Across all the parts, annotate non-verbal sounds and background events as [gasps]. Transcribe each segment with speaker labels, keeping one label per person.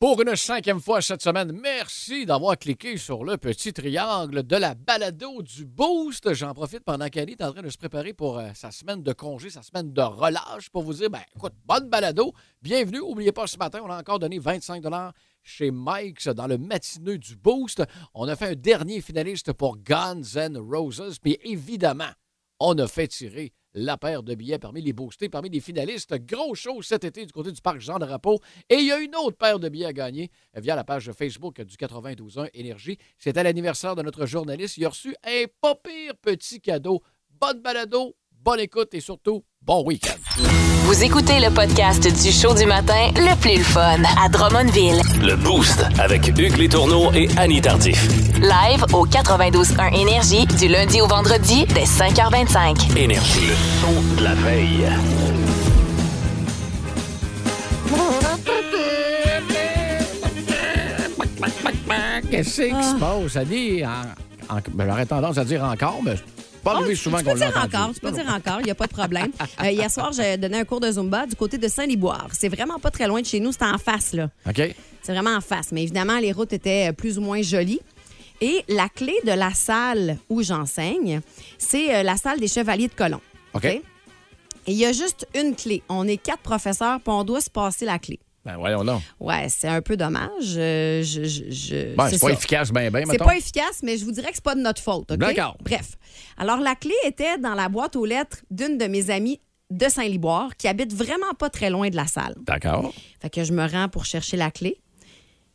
Speaker 1: Pour une cinquième fois cette semaine, merci d'avoir cliqué sur le petit triangle de la balado du Boost. J'en profite pendant qu'elle est en train de se préparer pour euh, sa semaine de congé, sa semaine de relâche, pour vous dire, ben, écoute, bonne balado, bienvenue. N'oubliez pas, ce matin, on a encore donné 25 chez Mike's dans le matineux du Boost. On a fait un dernier finaliste pour Guns N' Roses, puis évidemment, on a fait tirer la paire de billets parmi les boostés, parmi les finalistes. Gros show cet été du côté du parc Jean Drapeau. Et il y a une autre paire de billets à gagner via la page Facebook du 92.1 Énergie. C'était l'anniversaire de notre journaliste. Il a reçu un pas pire petit cadeau. Bonne balado, bonne écoute et surtout, bon week-end.
Speaker 2: Vous écoutez le podcast du show du matin le plus le fun à Drummondville.
Speaker 3: Le Boost avec Hugues Létourneau et Annie Tardif.
Speaker 2: Live au 92.1 Énergie du lundi au vendredi dès 5h25.
Speaker 3: Énergie. Le son de la veille.
Speaker 1: Ah, Qu'est-ce qui se passe? Elle dit, en- en- ben, j'aurais tendance à dire encore, mais c'est pas
Speaker 4: Oh,
Speaker 1: arrivé souvent
Speaker 4: tu
Speaker 1: qu'on
Speaker 4: peux dire
Speaker 1: l'entend.
Speaker 4: encore, tu peux dire encore, il n'y a pas de problème. Euh, hier soir, j'ai donné un cours de Zumba du côté de Saint-Liboire. C'est vraiment pas très loin de chez nous, c'est en face, là.
Speaker 1: OK?
Speaker 4: C'est vraiment en face. Mais évidemment, les routes étaient euh, plus ou moins jolies. Et la clé de la salle où j'enseigne, c'est euh, la salle des Chevaliers de Colomb.
Speaker 1: OK.
Speaker 4: Et il y a juste une clé. On est quatre professeurs, puis on doit se passer la clé.
Speaker 1: Ben voyons non.
Speaker 4: Ouais, c'est un peu dommage. Euh, je- je- je-
Speaker 1: Ben, c'est pas
Speaker 4: ça.
Speaker 1: efficace, ben, ben,
Speaker 4: C'est
Speaker 1: mettons.
Speaker 4: pas efficace, mais je vous dirais que c'est pas de notre faute. OK?
Speaker 1: D'accord.
Speaker 4: Bref. Alors, la clé était dans la boîte aux lettres d'une de mes amies de Saint-Liboire qui habite vraiment pas très loin de la salle.
Speaker 1: D'accord.
Speaker 4: Fait que je me rends pour chercher la clé.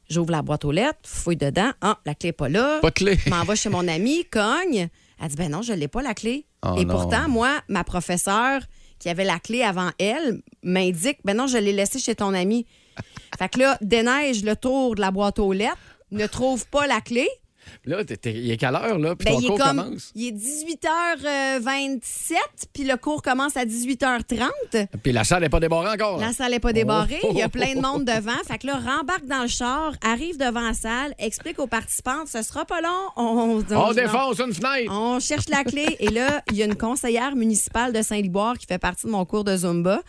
Speaker 4: J'ouvre la boîte aux lettres, fouille dedans. Ah, la clé est pas là.
Speaker 1: Pas de clé.
Speaker 4: Je m'en vais chez mon amie, cogne. Elle dit, ben non, je l'ai pas, la clé.
Speaker 1: Oh
Speaker 4: Et
Speaker 1: non.
Speaker 4: pourtant, moi, ma professeure qui avait la clé avant elle m'indique, ben non, je l'ai laissée chez ton ami. fait que là, déneige le tour de la boîte aux lettres, ne trouve pas la clé.
Speaker 1: Là, t'es- t'es- il est quelle heure, là? Puis
Speaker 4: Ben,
Speaker 1: ton
Speaker 4: il, est
Speaker 1: cours
Speaker 4: comme-
Speaker 1: commence.
Speaker 4: il est 18h27, puis le cours commence à 18h30.
Speaker 1: Puis la salle n'est pas débarrée encore.
Speaker 4: La salle n'est pas débarrée, il y a plein de
Speaker 1: Oh.
Speaker 4: monde devant.
Speaker 1: [laughs]
Speaker 4: Fait que là, rembarque dans le char, arrive devant la salle, explique aux participants, ce sera pas long, on, on-
Speaker 1: oh, On
Speaker 4: non.
Speaker 1: défonce une fenêtre.
Speaker 4: On cherche la clé. Et là, il y a une conseillère municipale de Saint-Liboire qui fait partie de mon cours de Zumba.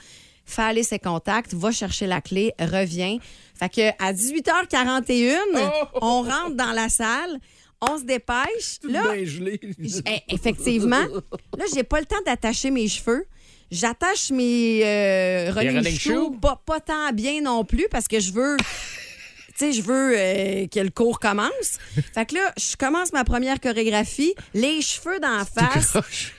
Speaker 4: Fait aller ses contacts, va chercher la clé, revient. Fait que à 18h41,
Speaker 1: Oh.
Speaker 4: on rentre dans la salle, on se dépêche. Là,
Speaker 1: Ben gelé.
Speaker 4: J-
Speaker 1: [laughs]
Speaker 4: eh, Effectivement. Là, j'ai pas le temps d'attacher mes cheveux. J'attache mes euh, running,
Speaker 1: running
Speaker 4: shoes,
Speaker 1: shoes.
Speaker 4: Pas, pas tant bien non plus parce que je veux. Tu sais, je veux euh, que le cours commence. Fait que là, je commence ma première chorégraphie, les cheveux d'en face,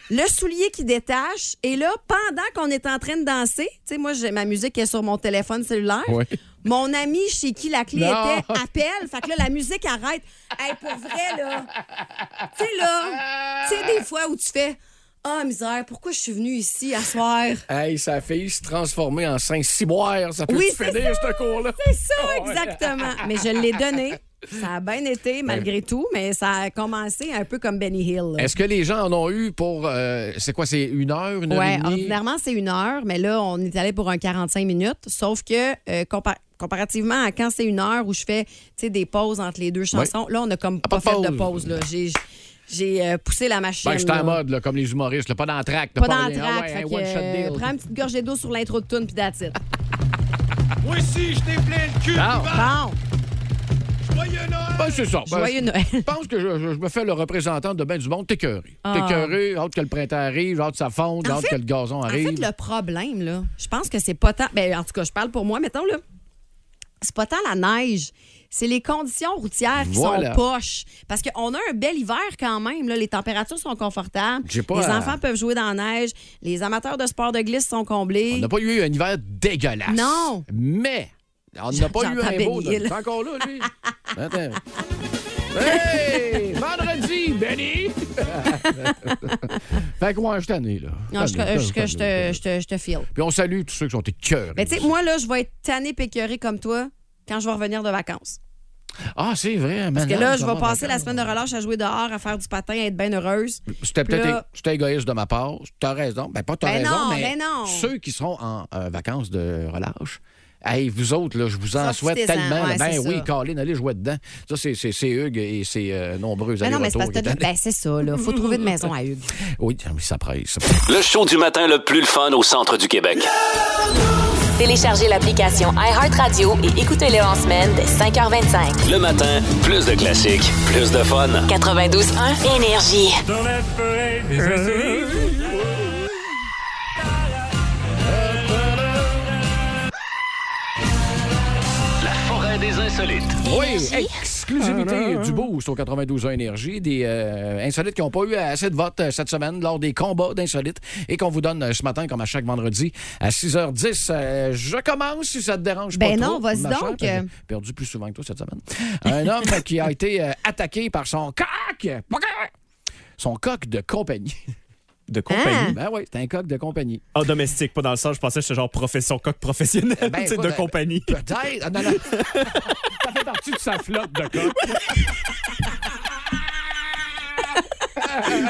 Speaker 4: le soulier qui détache. Et là, pendant qu'on est en train de danser, tu sais, moi, j'ai ma musique est sur mon téléphone cellulaire.
Speaker 1: Ouais.
Speaker 4: Mon ami chez qui la clé
Speaker 1: Non.
Speaker 4: était appelle. Fait que là, la musique arrête. Hey, pour vrai, là. Tu sais, là, tu sais, des fois où tu fais Ah, misère, pourquoi je suis venue ici à soir?
Speaker 1: Hey, sa fille se transformer en Saint-Ciboire. Ça peut
Speaker 4: Oui,
Speaker 1: finir,
Speaker 4: c'est
Speaker 1: ce cours-là? Ah
Speaker 4: C'est ça, exactement. Mais je l'ai donné. Ça a bien été,
Speaker 1: Ben
Speaker 4: malgré tout, mais ça a commencé un peu comme Benny Hill. là.
Speaker 1: Est-ce que les gens en ont eu pour. euh, c'est quoi, c'est une heure, une heure et
Speaker 4: Ouais,
Speaker 1: demie?
Speaker 4: ordinairement, c'est une heure, mais là, on est allé pour un 45 minutes. Sauf que, euh, compa- comparativement à quand c'est une heure où je fais tu sais, des pauses entre les deux chansons, là, on a comme
Speaker 1: Ah, pas
Speaker 4: pas,
Speaker 1: de
Speaker 4: fait de
Speaker 1: pause.
Speaker 4: pause. là. J'ai- J'ai euh, poussé la machine.
Speaker 1: Ben, j'étais
Speaker 4: là.
Speaker 1: en mode, là, comme les humoristes, là, pas dans le track.
Speaker 4: Pas dans le
Speaker 1: rien.
Speaker 4: track.
Speaker 1: Ah ouais,
Speaker 4: fait
Speaker 1: un
Speaker 4: que,
Speaker 1: one-shot
Speaker 4: euh,
Speaker 1: deal.
Speaker 4: prends une petite gorgée d'eau sur l'intro de tune, puis that's
Speaker 1: [laughs]
Speaker 4: it.
Speaker 5: Moi aussi, je t'ai plein le cul.
Speaker 1: Ah.
Speaker 4: Bon,
Speaker 5: Joyeux Noël!
Speaker 1: Ben, c'est ça. Ben,
Speaker 4: joyeux Noël.
Speaker 1: Je pense que je, je- je me fais le représentant de ben du monde. T'es curé. T'es
Speaker 4: Ah.
Speaker 1: curé, hâte que le printemps arrive, hâte que ça fonde,
Speaker 4: En
Speaker 1: hâte
Speaker 4: fait-
Speaker 1: que le gazon
Speaker 4: En
Speaker 1: arrive.
Speaker 4: fait, le problème, là, je pense que c'est pas tant. Ben, en tout cas, je parle pour moi, mettons, là. C'est pas tant la neige. C'est les conditions routières qui
Speaker 1: Voilà.
Speaker 4: sont poches. Parce qu'on a un bel hiver quand même. Là. Les températures sont confortables.
Speaker 1: J'ai pas
Speaker 4: les
Speaker 1: à-
Speaker 4: enfants peuvent jouer dans la neige. Les amateurs de sport de glisse sont
Speaker 1: On
Speaker 4: comblés.
Speaker 1: n'a pas eu un hiver dégueulasse.
Speaker 4: Non.
Speaker 1: Mais on n'a pas eu
Speaker 4: J'entends
Speaker 1: un beau.
Speaker 4: Benny
Speaker 1: là.
Speaker 4: Hill.
Speaker 1: T'es encore là, lui? Attends. Hey!
Speaker 4: [laughs]
Speaker 1: Vendredi, Benny! fait que moi, je suis tanné, là.
Speaker 4: Non, je,
Speaker 1: Tanné,
Speaker 4: je-
Speaker 1: tanné,
Speaker 4: je- je
Speaker 1: tanné.
Speaker 4: te, je, te, je te file.
Speaker 1: Puis on salue tous ceux qui sont écœurés.
Speaker 4: Mais tu sais, moi, là, je vais être tannée pécœurée comme toi quand je vais revenir de vacances.
Speaker 1: Ah, c'est vrai, Ah,
Speaker 4: Parce que là, je vais passer la semaine de relâche à jouer dehors, à faire du patin, à être bien heureuse.
Speaker 1: C'était peut-être
Speaker 4: Là-
Speaker 1: c'était égoïste de ma part. T'as raison. Ben, pas t'as
Speaker 4: Ben
Speaker 1: raison,
Speaker 4: non,
Speaker 1: mais
Speaker 4: ben non.
Speaker 1: ceux qui seront en euh, vacances de relâche, hey, vous autres, là, je vous en souhaite
Speaker 4: Profitez-en,
Speaker 1: tellement.
Speaker 4: ouais,
Speaker 1: ben
Speaker 4: c'est ça.
Speaker 1: oui, Colin, allez jouer dedans. Ça, c'est, c'est, c'est Hugues et ses euh, nombreux
Speaker 4: Mais non, mais c'est parce
Speaker 1: allers-retours
Speaker 4: que
Speaker 1: qui
Speaker 4: t'as-
Speaker 1: étaient-
Speaker 4: ben, c'est ça, là. Faut trouver une maison à
Speaker 1: [laughs]
Speaker 4: Hugues.
Speaker 1: Oui, mais ça presse.
Speaker 3: Le show du matin le plus le fun au centre du Québec.
Speaker 2: Téléchargez l'application iHeartRadio et écoutez-le en semaine dès 5h25.
Speaker 3: Le matin, plus de classiques, plus de fun.
Speaker 2: 92.1 Énergie.
Speaker 3: La forêt des insolites.
Speaker 1: Oui,
Speaker 6: Ah,
Speaker 1: exclusivité du boost au 92 Énergie, des euh, insolites qui n'ont pas eu assez de votes euh, cette semaine lors des combats d'insolites et qu'on vous donne euh, ce matin, comme à chaque vendredi, à 6h10. Euh, je commence, si ça te dérange
Speaker 4: Ben
Speaker 1: pas
Speaker 4: non,
Speaker 1: trop,
Speaker 4: vas-y
Speaker 1: ma
Speaker 4: donc.
Speaker 1: chère. J'ai perdu plus souvent que toi cette semaine. Un homme [laughs] qui a été euh, attaqué par son coq! Son coq de compagnie.
Speaker 6: De
Speaker 4: Ah.
Speaker 6: compagnie.
Speaker 1: Ben oui, c'est un coq
Speaker 6: [laughs]
Speaker 1: de compagnie.
Speaker 6: Ah, domestique, pas dans le sens. Je pensais que c'était genre profession coq professionnel.
Speaker 1: Ben,
Speaker 6: tu sais,
Speaker 1: écoute,
Speaker 6: de
Speaker 1: euh, [laughs]
Speaker 6: compagnie.
Speaker 1: Peut-être. Ah,
Speaker 6: [laughs]
Speaker 1: non, non. ça fait partie de sa flotte de coq.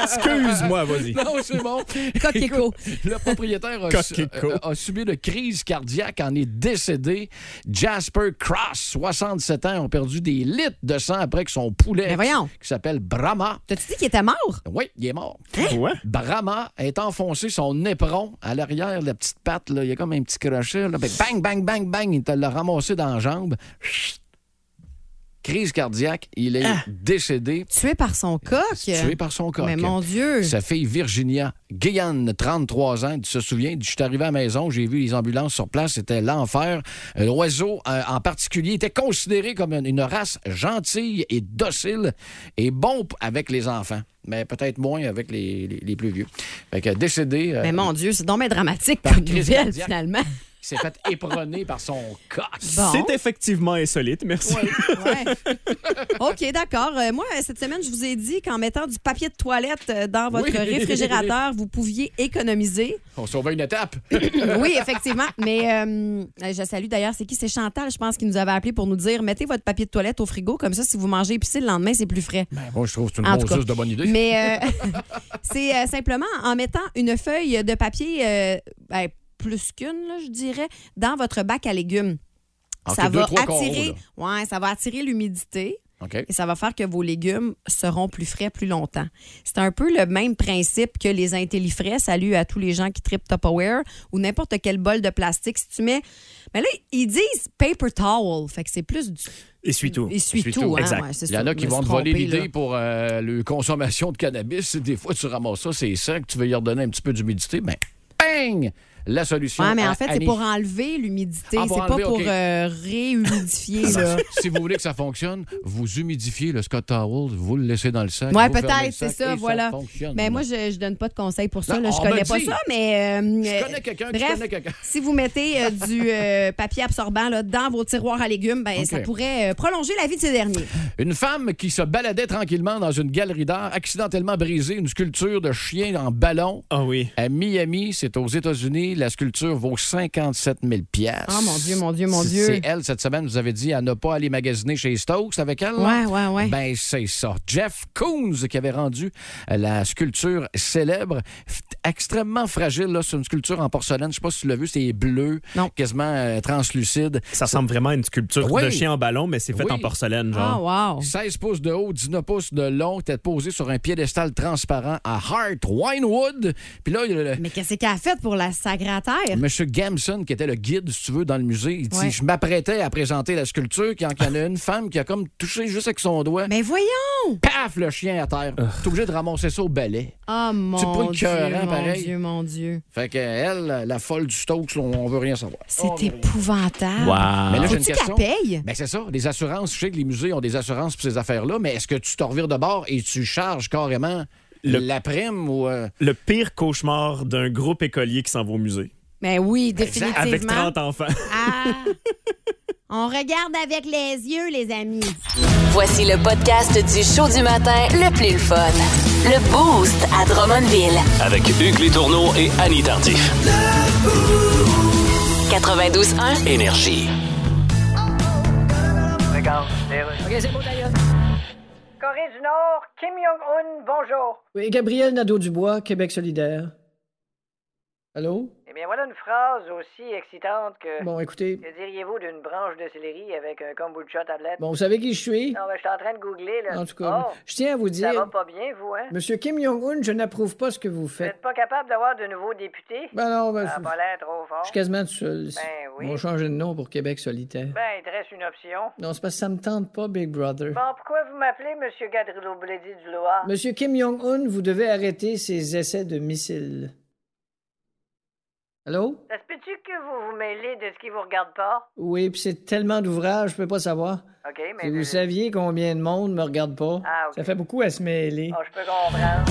Speaker 6: Excuse-moi,
Speaker 1: [laughs]
Speaker 6: vas-y.
Speaker 1: Non, c'est bon.
Speaker 4: Coquelicot.
Speaker 1: Écoute, [laughs] Le propriétaire a, su- euh,
Speaker 6: Coquelicot.
Speaker 1: a- a subi une crise cardiaque, en est décédé. Jasper Cross, 67 ans, ont perdu des litres de sang après que son poulet,
Speaker 4: Mais Ben voyons.
Speaker 1: qui s'appelle Brahma,
Speaker 4: T'as-tu dit qu'il était mort?
Speaker 1: oui, il est mort.
Speaker 6: Ouais.
Speaker 1: Brahma est enfoncé son éperon à l'arrière de la petite patte. Là. Il y a comme un petit crochet. Là. Ben, bang, bang, bang, bang. Il te l'a ramassé dans la jambe. Chut. Crise cardiaque. Il est décédé.
Speaker 4: Tué par son coq?
Speaker 1: Euh, Tué par son coq.
Speaker 4: Ah. Mais
Speaker 1: euh,
Speaker 4: mon Dieu!
Speaker 1: Sa fille Virginia Guyane, 33 ans, tu te souviens, je suis arrivé à la maison, j'ai vu les ambulances sur place, c'était l'enfer. Euh, L'oiseau euh, en particulier était considéré comme une, une race gentille et docile et bon p- avec les enfants, mais peut-être moins avec les, les- les plus vieux. Fait que décédé, euh,
Speaker 4: Mais mon Dieu, c'est donc bien dramatique
Speaker 1: Par
Speaker 4: comme
Speaker 1: crise
Speaker 4: nouvelle,
Speaker 1: cardiaque.
Speaker 4: finalement.
Speaker 1: il
Speaker 4: [laughs]
Speaker 1: s'est fait éperonner par son coq.
Speaker 4: Bon.
Speaker 6: C'est effectivement insolite, merci.
Speaker 4: Ouais. OK, d'accord. Euh, moi, cette semaine, je vous ai dit qu'en mettant du papier de toilette euh, dans votre
Speaker 1: Oui.
Speaker 4: réfrigérateur, vous pouviez économiser.
Speaker 1: On sauve une étape.
Speaker 4: oui, effectivement. Mais euh, je salue d'ailleurs, c'est qui? C'est Chantal, je pense, qui nous avait appelé pour nous dire mettez votre papier de toilette au frigo, comme ça, si vous mangez épicé le lendemain, c'est plus frais.
Speaker 1: Ben, moi, je trouve que c'est une
Speaker 4: En
Speaker 1: bonne
Speaker 4: tout cas.
Speaker 1: source de bonne idée.
Speaker 4: Mais euh, [laughs] c'est euh, simplement en mettant une feuille de papier, euh, ben, plus qu'une, là, je dirais, dans votre bac à légumes.
Speaker 1: Ok,
Speaker 4: ça,
Speaker 1: deux,
Speaker 4: va
Speaker 1: trois coraux,
Speaker 4: attirer, ouais, ça va attirer l'humidité
Speaker 1: OK.
Speaker 4: et ça va faire que vos légumes seront plus frais plus longtemps. C'est un peu le même principe que les intellifrais. Salut à tous les gens qui tripent Tupperware ou n'importe quel bol de plastique. Si tu mets... Mais là, ils disent paper towel. Fait que c'est plus du...
Speaker 6: Essuie-tout.
Speaker 4: Essuie-tout. hein?
Speaker 6: Exact.
Speaker 4: Ouais, c'est
Speaker 1: Il y en
Speaker 4: ça,
Speaker 1: a
Speaker 4: je
Speaker 1: qui
Speaker 4: me
Speaker 1: vont te
Speaker 4: suis
Speaker 1: voler
Speaker 4: trompée, là.
Speaker 1: l'idée pour euh, la consommation de cannabis. Des fois, tu ramasses ça, c'est sec, tu veux y redonner un petit peu d'humidité, mais bang! La solution.
Speaker 4: Ouais, mais en
Speaker 1: à-
Speaker 4: fait, c'est
Speaker 1: Annie.
Speaker 4: pour enlever l'humidité.
Speaker 1: Ah, pour
Speaker 4: c'est pas
Speaker 1: enlever,
Speaker 4: pour
Speaker 1: OK.
Speaker 4: euh,
Speaker 1: [laughs]
Speaker 4: réhumidifier, là.
Speaker 1: Si vous voulez que ça fonctionne, vous humidifiez le Scott Towel, vous le laissez dans le sac.
Speaker 4: Ouais,
Speaker 1: vous fermez
Speaker 4: peut-être,
Speaker 1: le sac
Speaker 4: c'est ça,
Speaker 1: et
Speaker 4: voilà.
Speaker 1: fonctionne.
Speaker 4: Mais moi, je, je donne pas de conseils pour ça.
Speaker 1: Non,
Speaker 4: là. je
Speaker 1: on me
Speaker 4: connais
Speaker 1: le
Speaker 4: pas
Speaker 1: dit.
Speaker 4: ça, mais. euh,
Speaker 1: Je
Speaker 4: euh,
Speaker 1: connais quelqu'un, tu
Speaker 4: bref,
Speaker 1: connais quelqu'un.
Speaker 4: Si vous mettez euh, du euh, papier absorbant là, dans vos tiroirs à légumes, ben,
Speaker 1: OK.
Speaker 4: ça pourrait euh, prolonger la vie de ces derniers.
Speaker 1: Une femme qui se baladait tranquillement dans une galerie d'art, accidentellement brisée, une sculpture de chien en ballon.
Speaker 6: Ah oui.
Speaker 1: À Miami, c'est aux États-Unis, la sculpture vaut 57 000
Speaker 4: Oh mon Dieu, mon Dieu, mon
Speaker 1: Ah, C'est-
Speaker 4: Dieu.
Speaker 1: C'est elle, cette semaine, vous avez dit à ne pas aller magasiner chez Stokes avec elle.
Speaker 4: Ouais,
Speaker 1: là?
Speaker 4: ouais, ouais.
Speaker 1: Ben, c'est ça. Jeff Koons, qui avait rendu euh, la sculpture célèbre, f- extrêmement fragile. là. C'est une sculpture en porcelaine. Je sais pas si tu l'as vu, c'est bleu,
Speaker 4: Non.
Speaker 1: quasiment euh, translucide.
Speaker 6: Ça ressemble vraiment à une sculpture
Speaker 1: Oui.
Speaker 6: de chien en ballon, mais c'est fait
Speaker 1: Oui.
Speaker 6: en porcelaine,
Speaker 4: Ah,
Speaker 6: genre.
Speaker 4: wow.
Speaker 1: 16 pouces de haut, 19 pouces de long, était posée sur un piédestal transparent à Hart Winewood. Puis là, il y a le-
Speaker 4: Mais qu'est-ce qu'elle a fait pour la sagrataire?
Speaker 1: Monsieur Gamson, qui était le guide, si tu veux, dans le musée, il dit
Speaker 4: Ouais.
Speaker 1: Je m'apprêtais à présenter la sculpture, quand il y en a une femme qui a comme touché juste avec son doigt,
Speaker 4: Mais voyons!
Speaker 1: paf, le chien à terre. T'es obligé de ramasser ça au balai.
Speaker 4: Oh mon
Speaker 1: pas
Speaker 4: Dieu,
Speaker 1: écœurant,
Speaker 4: mon
Speaker 1: hein, pareil. Oh,
Speaker 4: Dieu, mon Dieu.
Speaker 1: Fait que elle, la folle du Stokes, on, on veut rien savoir.
Speaker 4: C'est épouvantable.
Speaker 1: Mais là, j'ai une
Speaker 4: Faut-tu qu'elle
Speaker 1: question.
Speaker 4: paye?
Speaker 1: Ben, c'est ça, les assurances. Je sais que les musées ont des assurances pour ces affaires-là, mais est-ce que tu te revires de bord et tu charges carrément
Speaker 6: Le-
Speaker 1: la prime ou. euh,
Speaker 6: Le pire cauchemar d'un groupe écolier qui s'en va au musée.
Speaker 4: Mais oui,
Speaker 1: Ben, Exact.
Speaker 4: définitivement.
Speaker 6: Avec 30 [laughs] enfants.
Speaker 4: Ah! On regarde avec les yeux, les amis.
Speaker 2: Voici le podcast du show du matin le plus le fun. Le Boost à Drummondville.
Speaker 3: Avec Hugues Létourneau et Annie Tardif.
Speaker 2: 92.1.
Speaker 3: Énergie.
Speaker 7: Corée du Nord, Kim Jong-un, bonjour.
Speaker 8: Oui, Gabriel Nadeau-Dubois, Québec solidaire. Allô?
Speaker 7: Eh bien, voilà une phrase aussi excitante que.
Speaker 8: Bon, écoutez.
Speaker 7: Que diriez-vous d'une branche de céleri avec un kombucha tablette?
Speaker 8: Bon, vous savez qui je suis?
Speaker 7: Non, mais je suis en train de googler, là.
Speaker 8: En tout cas,
Speaker 7: Oh,
Speaker 8: je tiens à vous
Speaker 7: ça va
Speaker 8: dire,
Speaker 7: pas bien, vous, hein?
Speaker 8: Monsieur Kim Jong-un, je n'approuve pas ce que vous
Speaker 7: Vous
Speaker 8: faites.
Speaker 7: n'êtes pas capable d'avoir de nouveaux députés?
Speaker 8: Ben non, ben,
Speaker 7: ça
Speaker 8: je,
Speaker 7: a pas l'air trop
Speaker 8: je
Speaker 7: fort.
Speaker 8: suis quasiment tout seul. ici.
Speaker 7: Ben oui.
Speaker 8: On va changer de nom pour Québec solitaire.
Speaker 7: Ben, il te reste une option.
Speaker 8: Non, c'est parce que ça me tente pas, Big Brother.
Speaker 7: Bon, pourquoi vous m'appelez Monsieur Gadrillo Bledy du Loir?
Speaker 8: Monsieur Kim Jong-un, vous devez arrêter ses essais de missiles. Allô?
Speaker 7: Ça se peut-tu que vous vous mêlez de ce qui vous regarde pas?
Speaker 8: Oui, puis c'est tellement d'ouvrages, je peux pas savoir.
Speaker 7: OK, mais.
Speaker 8: Si vous saviez combien de monde me regarde pas,
Speaker 7: Ah, ok.
Speaker 8: ça fait beaucoup à se mêler.
Speaker 7: Oh, je peux comprendre.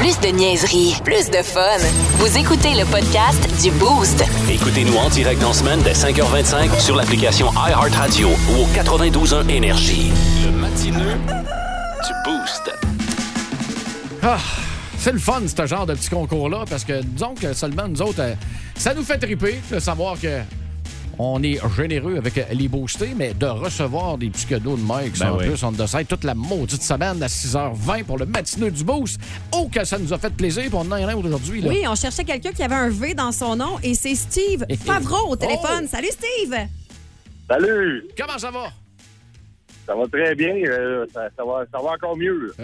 Speaker 2: Plus de niaiserie, plus de fun. Vous écoutez le podcast du Boost.
Speaker 3: Écoutez-nous en direct en semaine dès 5h25 sur l'application iHeartRadio ou au 92.1 Énergie. Le matineux du Boost.
Speaker 1: C'est le fun, ce genre de petit concours-là, parce que disons que seulement nous autres, euh, ça nous fait triper de savoir que on est généreux avec euh, les boostés, mais de recevoir des petits cadeaux de Mike,
Speaker 6: Ben
Speaker 1: en
Speaker 6: oui.
Speaker 1: plus, on de ça toute la maudite semaine à 6h20 pour le matineux du boost. Oh, que ça nous a fait plaisir, puis on en a un aujourd'hui. là.
Speaker 4: Oui, on cherchait quelqu'un qui avait un V dans son nom et c'est
Speaker 1: [laughs]
Speaker 4: Steve Favreau au téléphone.
Speaker 1: Oh!
Speaker 4: Salut Steve!
Speaker 9: Salut!
Speaker 1: Comment ça va?
Speaker 9: Ça va très bien. euh, ça, ça va, ça va encore mieux.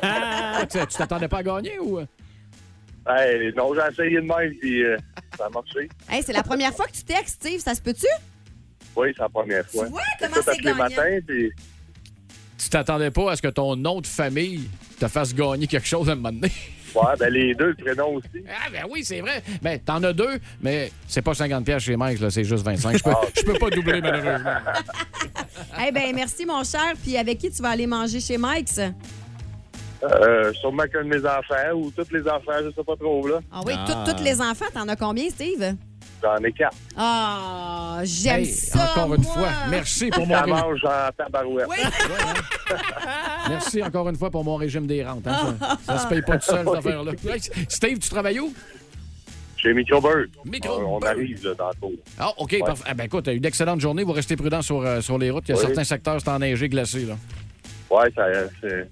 Speaker 1: Ah, tu tu t'attendais pas à gagner ou.
Speaker 9: Hey, non, j'ai essayé de même, puis euh, ça a marché.
Speaker 4: Hey, c'est la première fois que tu textes, Steve, ça se peut-tu?
Speaker 9: Oui, c'est la première fois.
Speaker 4: Tu vois
Speaker 9: J'ai
Speaker 4: comment
Speaker 9: tout
Speaker 4: c'est
Speaker 9: appelé le
Speaker 4: gagnant.
Speaker 9: matin, puis
Speaker 1: Tu t'attendais pas à ce que ton nom de famille te fasse gagner quelque chose à un moment donné?
Speaker 9: ouais, ben, les deux prénoms aussi.
Speaker 1: [laughs] Ah ben oui, c'est vrai. Ben, t'en as deux, mais c'est pas 50 pièces chez Mike, là, c'est juste 25. Je peux, je peux pas doubler, malheureusement.
Speaker 4: Eh ben merci mon cher. Puis avec qui tu vas aller manger chez Mike's?
Speaker 9: Euh, sûrement qu'un de mes enfants, ou tous les enfants, je sais pas trop, là.
Speaker 4: Ah oui,
Speaker 6: Ah.
Speaker 4: tous les enfants, t'en as combien, Steve?
Speaker 9: J'en ai quatre.
Speaker 4: Ah, j'aime
Speaker 1: Hey,
Speaker 4: ça.
Speaker 1: encore une
Speaker 4: moi.
Speaker 1: fois, merci pour mon
Speaker 9: Ça
Speaker 1: régime.
Speaker 9: mange en tabarouette.
Speaker 4: Oui,
Speaker 1: Merci encore une fois pour mon régime des rentes. hein,
Speaker 4: [laughs]
Speaker 1: ça, ça se paye pas tout seul, cette affaire-là. Hey, Steve, tu travailles où?
Speaker 9: Chez Microbird.
Speaker 1: Micro
Speaker 9: On, on
Speaker 1: Bird.
Speaker 9: arrive, là, tantôt.
Speaker 1: Ah, OK. parfait. Ah, ben écoute, une excellente journée. Vous restez prudent sur, euh, sur les routes. Il y a
Speaker 9: Oui.
Speaker 1: certains secteurs, c'est enneigé, glacé. Là.
Speaker 9: Ouais, ça, c'est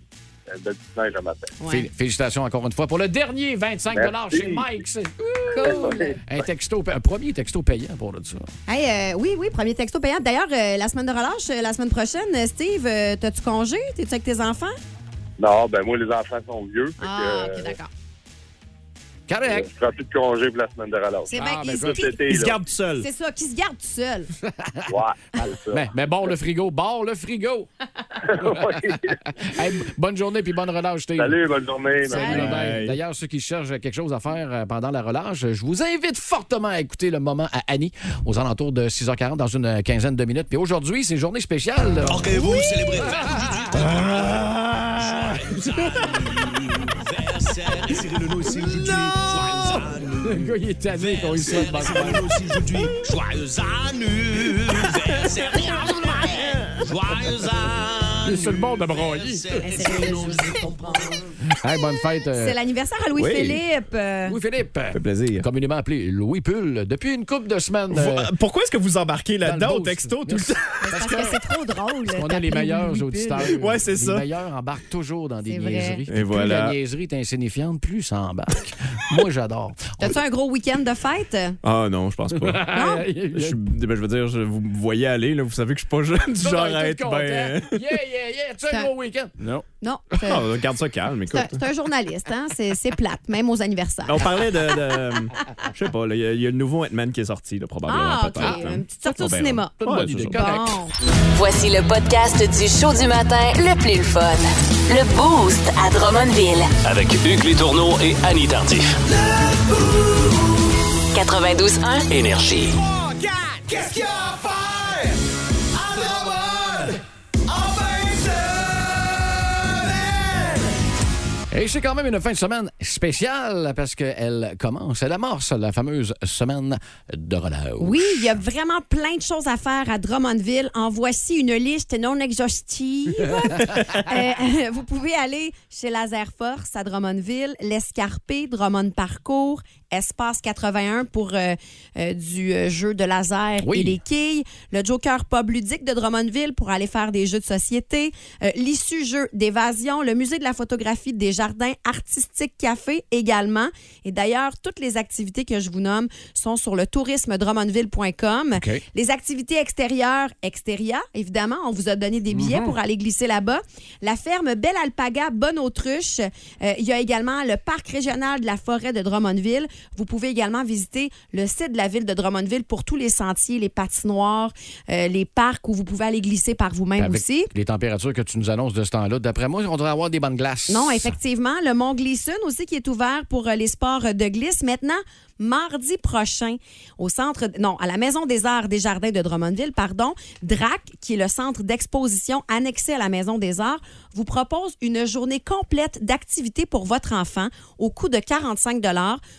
Speaker 9: c'est une belle petite neige le matin.
Speaker 1: Fé- Félicitations encore une fois pour le dernier 25
Speaker 9: Merci.
Speaker 1: chez Mike. C'est-
Speaker 4: cool.
Speaker 1: Un, texto, un premier texto payant pour le dire.
Speaker 4: Hey, euh, oui, oui, premier texto payant. D'ailleurs, euh, la semaine de relâche, euh, la semaine prochaine, euh, Steve, euh, t'as-tu congé? T'es-tu avec tes enfants?
Speaker 9: Non, ben moi, les enfants sont vieux. fait
Speaker 4: Ah,
Speaker 9: que,
Speaker 4: OK, d'accord.
Speaker 9: euh,
Speaker 1: Correct.
Speaker 9: je prends plus de congé pour la semaine de relâche.
Speaker 4: C'est
Speaker 1: Ah,
Speaker 4: bien
Speaker 1: ben,
Speaker 4: easy.
Speaker 1: good.
Speaker 9: Cet été,
Speaker 6: Il se
Speaker 9: là.
Speaker 6: garde tout seul.
Speaker 4: C'est ça, qui se garde tout seul.
Speaker 9: Ouais, c'est ça.
Speaker 1: Mais, mais bon, le frigo, barre le frigo.
Speaker 9: [laughs] Oui.
Speaker 1: Hey, b- bonne journée puis bonne relâche, Steve.
Speaker 9: Salut, bonne journée.
Speaker 1: Salut,
Speaker 6: Bye.
Speaker 1: bye. D'ailleurs, ceux qui cherchent quelque chose à faire euh, pendant la relâche, je vous invite fortement à écouter le moment à Annie aux alentours de 6h40 dans une quinzaine de minutes. Puis aujourd'hui, c'est journée spéciale. Ah! là.
Speaker 3: vous célébrez
Speaker 1: Le gars, il est tanné qu'on lui souhaite bonne fête. Il est sur le bord de broyer.
Speaker 4: Eh, c'est bien, je comprends.
Speaker 1: Hey, bonne fête. euh,
Speaker 4: C'est l'anniversaire à
Speaker 6: Oui.
Speaker 4: Louis-Philippe. Euh,
Speaker 1: Louis-Philippe,
Speaker 6: fait plaisir.
Speaker 1: communément appelé Louis Pull, depuis une couple de semaines. euh,
Speaker 6: Vous- Pourquoi est-ce que vous embarquez
Speaker 1: Dans
Speaker 6: là-dedans
Speaker 1: le
Speaker 6: au
Speaker 1: boost.
Speaker 6: texto tout le
Speaker 1: Merci.
Speaker 6: temps?
Speaker 4: c'est parce que, c'est trop drôle.
Speaker 1: On a
Speaker 4: t'appeler
Speaker 1: les meilleurs
Speaker 4: Louis-Philippe.
Speaker 1: auditeurs.
Speaker 6: Ouais, c'est ça.
Speaker 1: Les meilleurs embarquent toujours dans des
Speaker 4: C'est vrai.
Speaker 1: niaiseries.
Speaker 6: Et
Speaker 1: plus
Speaker 6: voilà.
Speaker 1: la niaiserie est insignifiante, plus ça embarque. [laughs] Moi, j'adore.
Speaker 4: T'as-tu un gros week-end de fête?
Speaker 6: Ah non, je pense
Speaker 1: [laughs]
Speaker 6: pas.
Speaker 4: Non?
Speaker 6: Je, suis- ben, je veux dire, je- vous me voyez aller, là, vous savez que je suis pas jeune du
Speaker 1: Tout le
Speaker 6: genre
Speaker 1: monde
Speaker 6: à
Speaker 1: est
Speaker 6: être
Speaker 1: content.
Speaker 6: ben...
Speaker 1: Yeah, yeah, yeah. Tu as un
Speaker 4: Ça-
Speaker 1: gros week-end.
Speaker 6: [laughs] Non.
Speaker 4: Non. c'est-
Speaker 6: Ah, garde ça calme,
Speaker 4: C'est
Speaker 6: écoute.
Speaker 4: un, c'est un journaliste, hein? C'est c'est plate, même aux anniversaires.
Speaker 6: On parlait de... de- je sais pas, là, il y, a- il y a le nouveau Ant-Man qui est sorti, là, probablement,
Speaker 4: Ah, OK.
Speaker 6: peut-être. hein.
Speaker 4: Une petite sortie
Speaker 6: On
Speaker 4: au
Speaker 6: verra.
Speaker 4: cinéma.
Speaker 1: Pas de bonne idée.
Speaker 6: c'est ça.
Speaker 1: Correct.
Speaker 4: Bon.
Speaker 2: Voici le podcast du show du matin le plus fun. Le Boost à Drummondville.
Speaker 3: Avec Hugues Létourneau et Annie Tardif.
Speaker 2: 92.1.
Speaker 3: Énergie.
Speaker 1: Et c'est quand même une fin de semaine spéciale parce qu'elle commence, elle amorce la fameuse semaine de relâche.
Speaker 4: Oui, il y a vraiment plein de choses à faire à Drummondville. En voici une liste non exhaustive. Euh, vous pouvez aller chez Laser Force à Drummondville, l'Escarpé, Drummond Parcours, Espace 81 pour euh, euh, du euh, jeu de laser
Speaker 1: Oui.
Speaker 4: et les quilles. Le Joker Pub ludique de Drummondville pour aller faire des jeux de société. Euh, L'issue jeu d'évasion. Le musée de la photographie des jardins artistiques café également. Et d'ailleurs, toutes les activités que je vous nomme sont sur le tourisme-drummondville.com.
Speaker 1: OK.
Speaker 4: Les activités extérieures, Exteria, évidemment, on vous a donné des billets pour aller glisser là-bas. La ferme Belle Alpaga, Bonne Autruche. Euh, il y a également le parc régional de la forêt de Drummondville. Vous pouvez également visiter le site de la ville de Drummondville pour tous les sentiers, les patinoires, euh, les parcs où vous pouvez aller glisser par vous-même
Speaker 1: Avec
Speaker 4: aussi.
Speaker 1: les températures que tu nous annonces de ce temps-là, d'après moi, on devrait avoir des bonnes glaces.
Speaker 4: Non, effectivement, le Mont Glisson aussi qui est ouvert pour euh, les sports euh, de glisse. Maintenant, mardi prochain, au centre, non, à la Maison des Arts des Jardins de Drummondville, pardon, DRAC, qui est le centre d'exposition annexé à la Maison des Arts, vous propose une journée complète d'activités pour votre enfant au coût de 45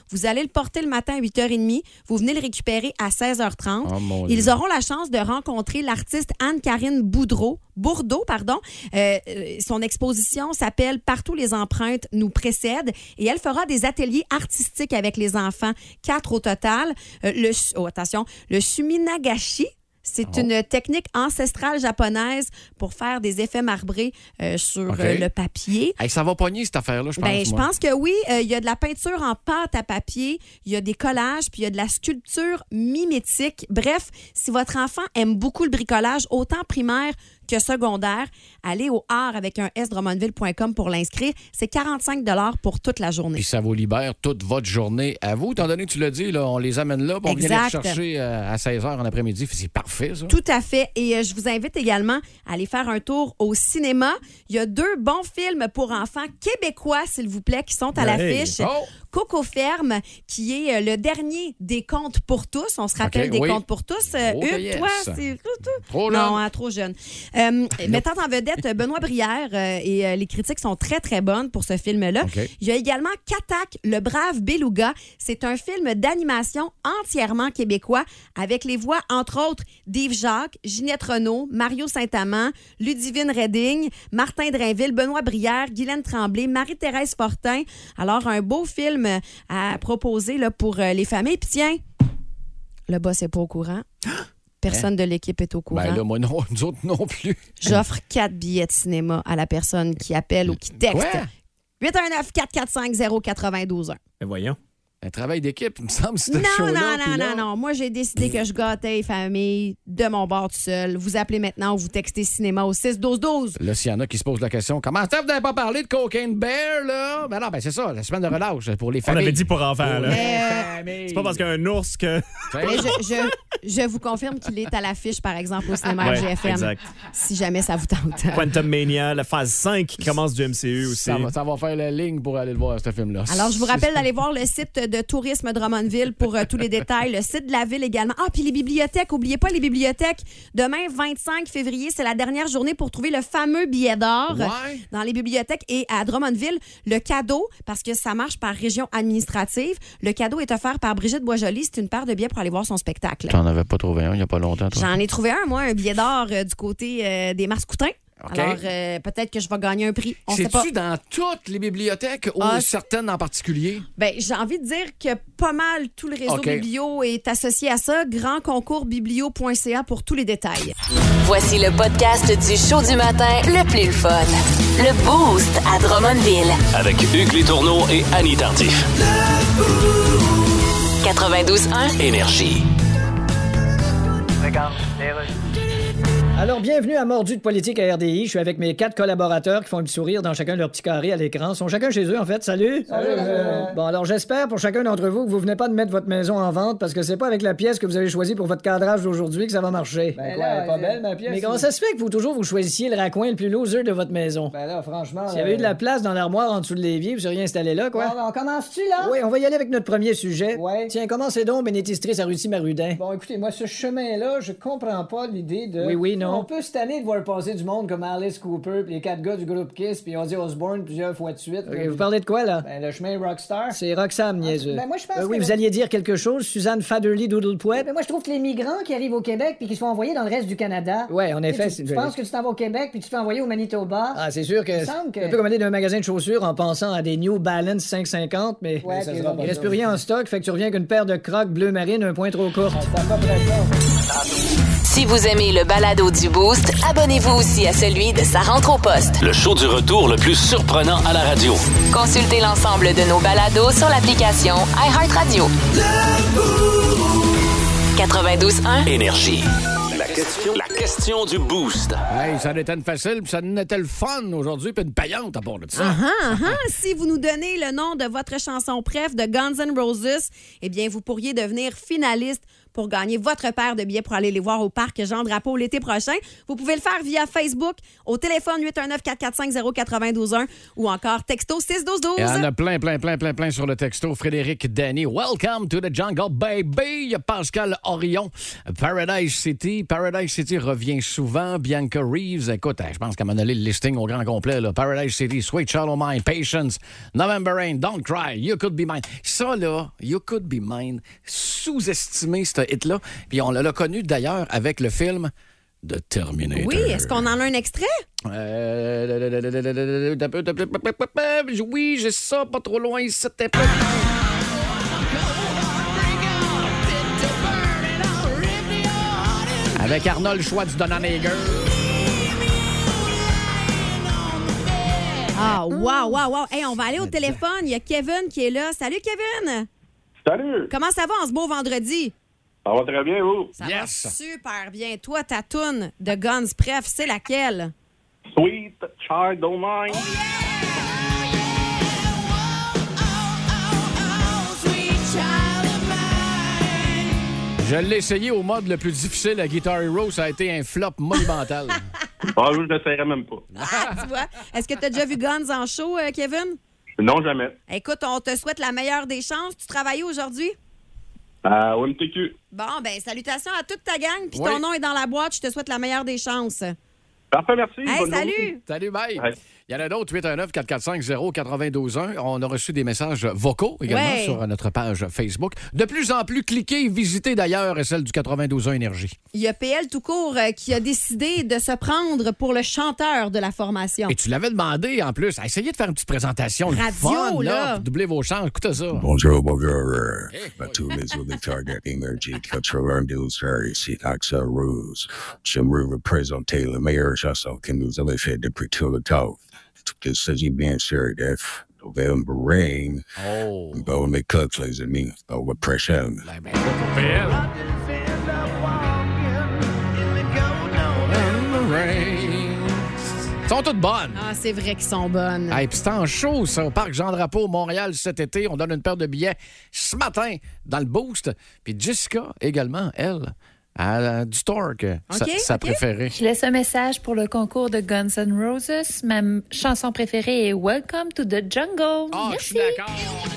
Speaker 4: Vous allez le porter le matin à 8h30, vous venez le récupérer à 16h30.
Speaker 1: Oh, mon Dieu.
Speaker 4: Ils auront la chance de rencontrer l'artiste Anne-Karine Boudreau, Bourdeau. Pardon. Euh, euh, son exposition s'appelle Partout les empreintes nous précèdent et elle fera des ateliers artistiques avec les enfants, quatre au total. Euh, le, su- oh, attention, le suminagashi. C'est une technique ancestrale japonaise pour faire des effets marbrés euh, sur
Speaker 1: OK.
Speaker 4: euh, le papier.
Speaker 1: Hey, ça va pogner, cette affaire-là, je pense.
Speaker 4: Ben, je
Speaker 1: moi.
Speaker 4: pense que oui. Euh, Il y a de la peinture en pâte à papier, il y a des collages, puis il y a de la sculpture mimétique. Bref, si votre enfant aime beaucoup le bricolage, autant primaire que secondaire, allez au art avec un sdrummondville.com pour l'inscrire. C'est 45 pour toute la journée.
Speaker 1: Puis ça vous libère toute votre journée à vous. Étant donné que tu l'as dit, là, on les amène là, puis on vient les
Speaker 4: Exact.
Speaker 1: chercher à 16h en après-midi. C'est parfait, ça.
Speaker 4: Tout à fait. Et euh, je vous invite également à aller faire un tour au cinéma. Il y a deux bons films pour enfants québécois, s'il vous plaît, qui sont à
Speaker 6: Hey.
Speaker 4: l'affiche.
Speaker 1: Oh!
Speaker 4: Coco Ferme, qui est euh, le dernier des comptes pour tous. On se rappelle
Speaker 1: Ok,
Speaker 4: des
Speaker 1: oui.
Speaker 4: comptes pour tous. Euh,
Speaker 1: Oh,
Speaker 4: Hugues,
Speaker 1: yes. Oh,
Speaker 4: toi, c'est...
Speaker 1: Trop
Speaker 4: non,
Speaker 1: long.
Speaker 4: hein, trop jeune. Euh, mettant en vedette Benoît Brière, euh, et euh, les critiques sont très, très bonnes pour ce film-là.
Speaker 1: OK.
Speaker 4: Il y a également Katak, le brave beluga. C'est un film d'animation entièrement québécois avec les voix, entre autres, d'Yves Jacques, Ginette Renault, Mario Saint-Amand, Ludivine Redding, Martin Drainville, Benoît Brière, Guylaine Tremblay, Marie-Thérèse Fortin. Alors, un beau film euh, à proposer là, pour euh, les familles. Puis tiens, le boss n'est pas au
Speaker 1: [gasps]
Speaker 4: courant. Personne de l'équipe est au courant.
Speaker 1: Ben là, moi, non, [laughs] nous autres non plus.
Speaker 4: J'offre quatre billets de cinéma à la personne qui appelle ou qui texte.
Speaker 1: Quoi?
Speaker 4: 819 445 0921
Speaker 6: Ben voyons.
Speaker 1: Un travail d'équipe, il me semble, c'est
Speaker 4: Non, non, non, non, non. Moi, j'ai décidé que je gâtais les familles de mon bord tout seul. Vous appelez maintenant ou vous textez cinéma au 6-12-12.
Speaker 1: Là, s'il y en a qui se posent la question, comment ça, vous n'avez pas parlé de Cocaine Bear, là? Ben non, ben c'est ça, la semaine de relâche pour les
Speaker 6: On
Speaker 1: familles.
Speaker 6: avait dit pour enfants, là.
Speaker 4: Mais, euh,
Speaker 6: C'est pas parce qu'un ours que.
Speaker 1: Ben
Speaker 4: Mais je, je- je vous confirme qu'il est à l'affiche, par exemple, au cinéma
Speaker 6: Ouais,
Speaker 4: GFM.
Speaker 6: exact.
Speaker 4: Si jamais ça vous tente.
Speaker 6: Quantum Mania, la phase 5 qui commence du MCU aussi.
Speaker 1: Ça va, ça va faire la ligne pour aller le voir, ce film-là.
Speaker 4: Alors, je vous rappelle d'aller voir le site de Tourisme Drummondville pour euh, tous les détails, le site de la ville également. Ah, puis les bibliothèques, oubliez pas les bibliothèques. Demain, 25 février, c'est la dernière journée pour trouver le fameux billet d'or
Speaker 1: Ouais.
Speaker 4: dans les bibliothèques et à Drummondville, le cadeau, parce que ça marche par région administrative, le cadeau est offert par Brigitte Boisjoli. C'est une paire de billets pour aller voir son spectacle.
Speaker 1: T'en avais pas trouvé un il n'y a pas longtemps, toi?
Speaker 4: J'en ai trouvé un, moi, un billet d'or euh, du côté euh, des Marscoutins.
Speaker 1: OK.
Speaker 4: Alors, euh, peut-être que je vais gagner un prix. On sait pas.
Speaker 1: C'est-tu dans toutes les bibliothèques ou
Speaker 4: Ah, c'est-
Speaker 1: certaines en particulier?
Speaker 4: Ben, j'ai envie de dire que pas mal tout le réseau
Speaker 1: OK.
Speaker 4: biblio est associé à ça. Grand concours biblio.ca pour tous les détails.
Speaker 2: Voici le podcast du show du matin le plus le fun. Le Boost à Drummondville.
Speaker 3: Avec Hugues Létourneau et Annie Tardif.
Speaker 2: 92.1.
Speaker 3: Énergie.
Speaker 7: Regarde, les rues.
Speaker 8: Alors, bienvenue à Mordu de politique à RDI. Je suis avec mes quatre collaborateurs qui font le sourire dans chacun leur petit carré à l'écran. Ils sont chacun chez eux, en fait. Salut! Bon, alors j'espère pour chacun d'entre vous que vous venez pas de mettre votre maison en vente parce que c'est pas avec la pièce que vous avez choisie pour votre cadrage d'aujourd'hui que ça va marcher. Ben quoi, elle est pas belle, ma pièce. Mais comment ça se fait que vous toujours vous choisissiez le raccoin le plus loser de votre maison? Ben là, franchement... S'il y avait eu de la place dans l'armoire en dessous de l'évier, vous seriez installé là, quoi? ben, on commence-tu, là? Oui, on va y aller avec notre premier sujet. Ouais. Tiens, commencez donc, bénétistrice à Russie Marudin. Bon, écoutez, moi, ce chemin-là, je comprends pas l'idée de... Oui, oui, non, On peut cette année de voir passer du monde comme Alice Cooper, puis les quatre gars du groupe Kiss, puis Ozzy Osbourne plusieurs fois de suite.
Speaker 10: vous
Speaker 8: parlez de quoi, là? Ben, le chemin Rockstar. Ah, C'est Roxham, niaiseux. Euh,
Speaker 10: ben, moi, je pense
Speaker 8: oui,
Speaker 10: que-
Speaker 8: vous alliez dire quelque chose, Suzanne Faderly Doodlepouet.
Speaker 10: Mais moi, je trouve que les migrants qui arrivent au Québec puis qui sont envoyés dans le reste du Canada.
Speaker 8: Ouais, en
Speaker 10: Tu sais,
Speaker 8: effet, c'est
Speaker 10: Tu,
Speaker 8: une
Speaker 10: tu
Speaker 8: jolie-
Speaker 10: penses que tu t'en vas au Québec puis tu te fais envoyer au Manitoba.
Speaker 8: Ah, c'est sûr que.
Speaker 10: Il me semble que-
Speaker 8: C'est un peu comme aller dans un magasin de chaussures en pensant à des New Balance 550, mais
Speaker 10: Ouais,
Speaker 8: ça
Speaker 10: puis
Speaker 8: sera pas
Speaker 10: il
Speaker 8: Il reste plus rien en stock, fait que tu reviens avec une paire de crocs bleu marine un point trop court.
Speaker 2: Si vous aimez le balado du Boost, abonnez-vous aussi à celui de Sa rentre au poste.
Speaker 3: Le show du retour le plus surprenant à la radio.
Speaker 2: Consultez l'ensemble de nos balados sur l'application iHeartRadio. 92.1
Speaker 3: Énergie. La question, la question du boost.
Speaker 1: Hey, ça en était une facile, puis ça en était le fun aujourd'hui, puis une payante à part de ça.
Speaker 4: Ah, ah, ah. si vous nous donnez le nom de votre chanson préf de Guns N' Roses, eh bien, vous pourriez devenir finaliste pour gagner votre paire de billets pour aller les voir au parc Jean-Drapeau l'été prochain. Vous pouvez le faire via Facebook, au téléphone 819-445-0921 ou encore texto 61212.
Speaker 1: Il y en a plein, plein, plein, plein, plein sur le texto. Frédéric Danny, welcome to the jungle, baby. Il y a Pascal Orion, Paradise City. Paradise City revient souvent. Bianca Reeves, écoute, hein, je pense qu'elle m'a donné le listing au grand complet. là. Paradise City, Sweet Shallow Mine, Patience, November Rain, Don't Cry, You Could Be Mine. Ça, là, You Could Be Mine, sous-estimé, ce hit-là. Puis on l'a connu d'ailleurs avec le film de Terminator.
Speaker 4: Oui, est-ce qu'on en a un extrait?
Speaker 1: Euh, Oui, j'ai ça, pas trop loin, c'était pas. Avec Arnold Schwarzenegger.
Speaker 4: Ah, wow, wow, wow. Hey, on va aller au téléphone. Il y a Kevin qui est là. Salut, Kevin!
Speaker 9: Salut!
Speaker 4: Comment ça va en ce beau vendredi?
Speaker 9: Ça va très bien, vous?
Speaker 4: Ça va super bien. Toi, ta toune de Guns Pref, c'est laquelle?
Speaker 9: Sweet child of mine.
Speaker 1: Je l'ai essayé au mode le plus difficile à Guitar Hero, ça a été un flop monumental.
Speaker 9: Ah, je ne l'essayerai même pas.
Speaker 4: Ah, tu vois. Est-ce que tu as déjà vu Guns en show, euh, Kevin?
Speaker 9: Non, jamais.
Speaker 4: Écoute, on te souhaite la meilleure des chances. Tu travailles aujourd'hui?
Speaker 9: Ah, au MTQ.
Speaker 4: Bon, ben salutations à toute ta gang. Puis
Speaker 1: Oui.
Speaker 4: ton nom est dans la boîte. Je te souhaite la meilleure des chances.
Speaker 9: Parfait, merci.
Speaker 4: Hey,
Speaker 9: bonne journée.
Speaker 4: salut!
Speaker 1: Salut, bye.
Speaker 9: Ouais.
Speaker 1: Il y en a d'autres, 819 445 921 On a reçu des messages vocaux également
Speaker 4: Ouais.
Speaker 1: sur notre page Facebook. De plus en plus, cliquez et visitez d'ailleurs celle du 92.1 Énergie.
Speaker 4: Il y a PL tout court euh, qui a décidé de se prendre pour le chanteur de la formation.
Speaker 1: Et tu l'avais demandé en plus. Essayez de faire une petite présentation. le
Speaker 4: Radio,
Speaker 1: fun, là.
Speaker 4: là.
Speaker 1: pour doubler vos chances. Écoutez ça.
Speaker 11: Bonjour, bonjour. Ma tour est sur le target énergie 92 heures ici, Axa Rose. J'aimerais vous présenter la meilleure chanson que nous avons faite depuis tout le temps. Il s'agit bien sûr de November Rain.
Speaker 1: Oh.
Speaker 11: Bonne écoute, les amis. Au revoir, prochaine.
Speaker 1: Ils sont toutes bonnes.
Speaker 4: Ah, c'est vrai qu'ils sont bonnes.
Speaker 1: Hey, puis c'est en show, ça, au Parc Jean-Drapeau, Montréal, cet été. On donne une paire de billets ce matin dans le Boost. Puis Jessica, également, elle, à, du Torque, sa,
Speaker 12: Ok,
Speaker 1: sa
Speaker 12: ok.
Speaker 1: préférée.
Speaker 12: Je laisse un message pour le concours de Guns N' Roses. Ma m- chanson préférée est Welcome to the Jungle.
Speaker 1: Ah, je
Speaker 12: Merci.
Speaker 1: suis d'accord.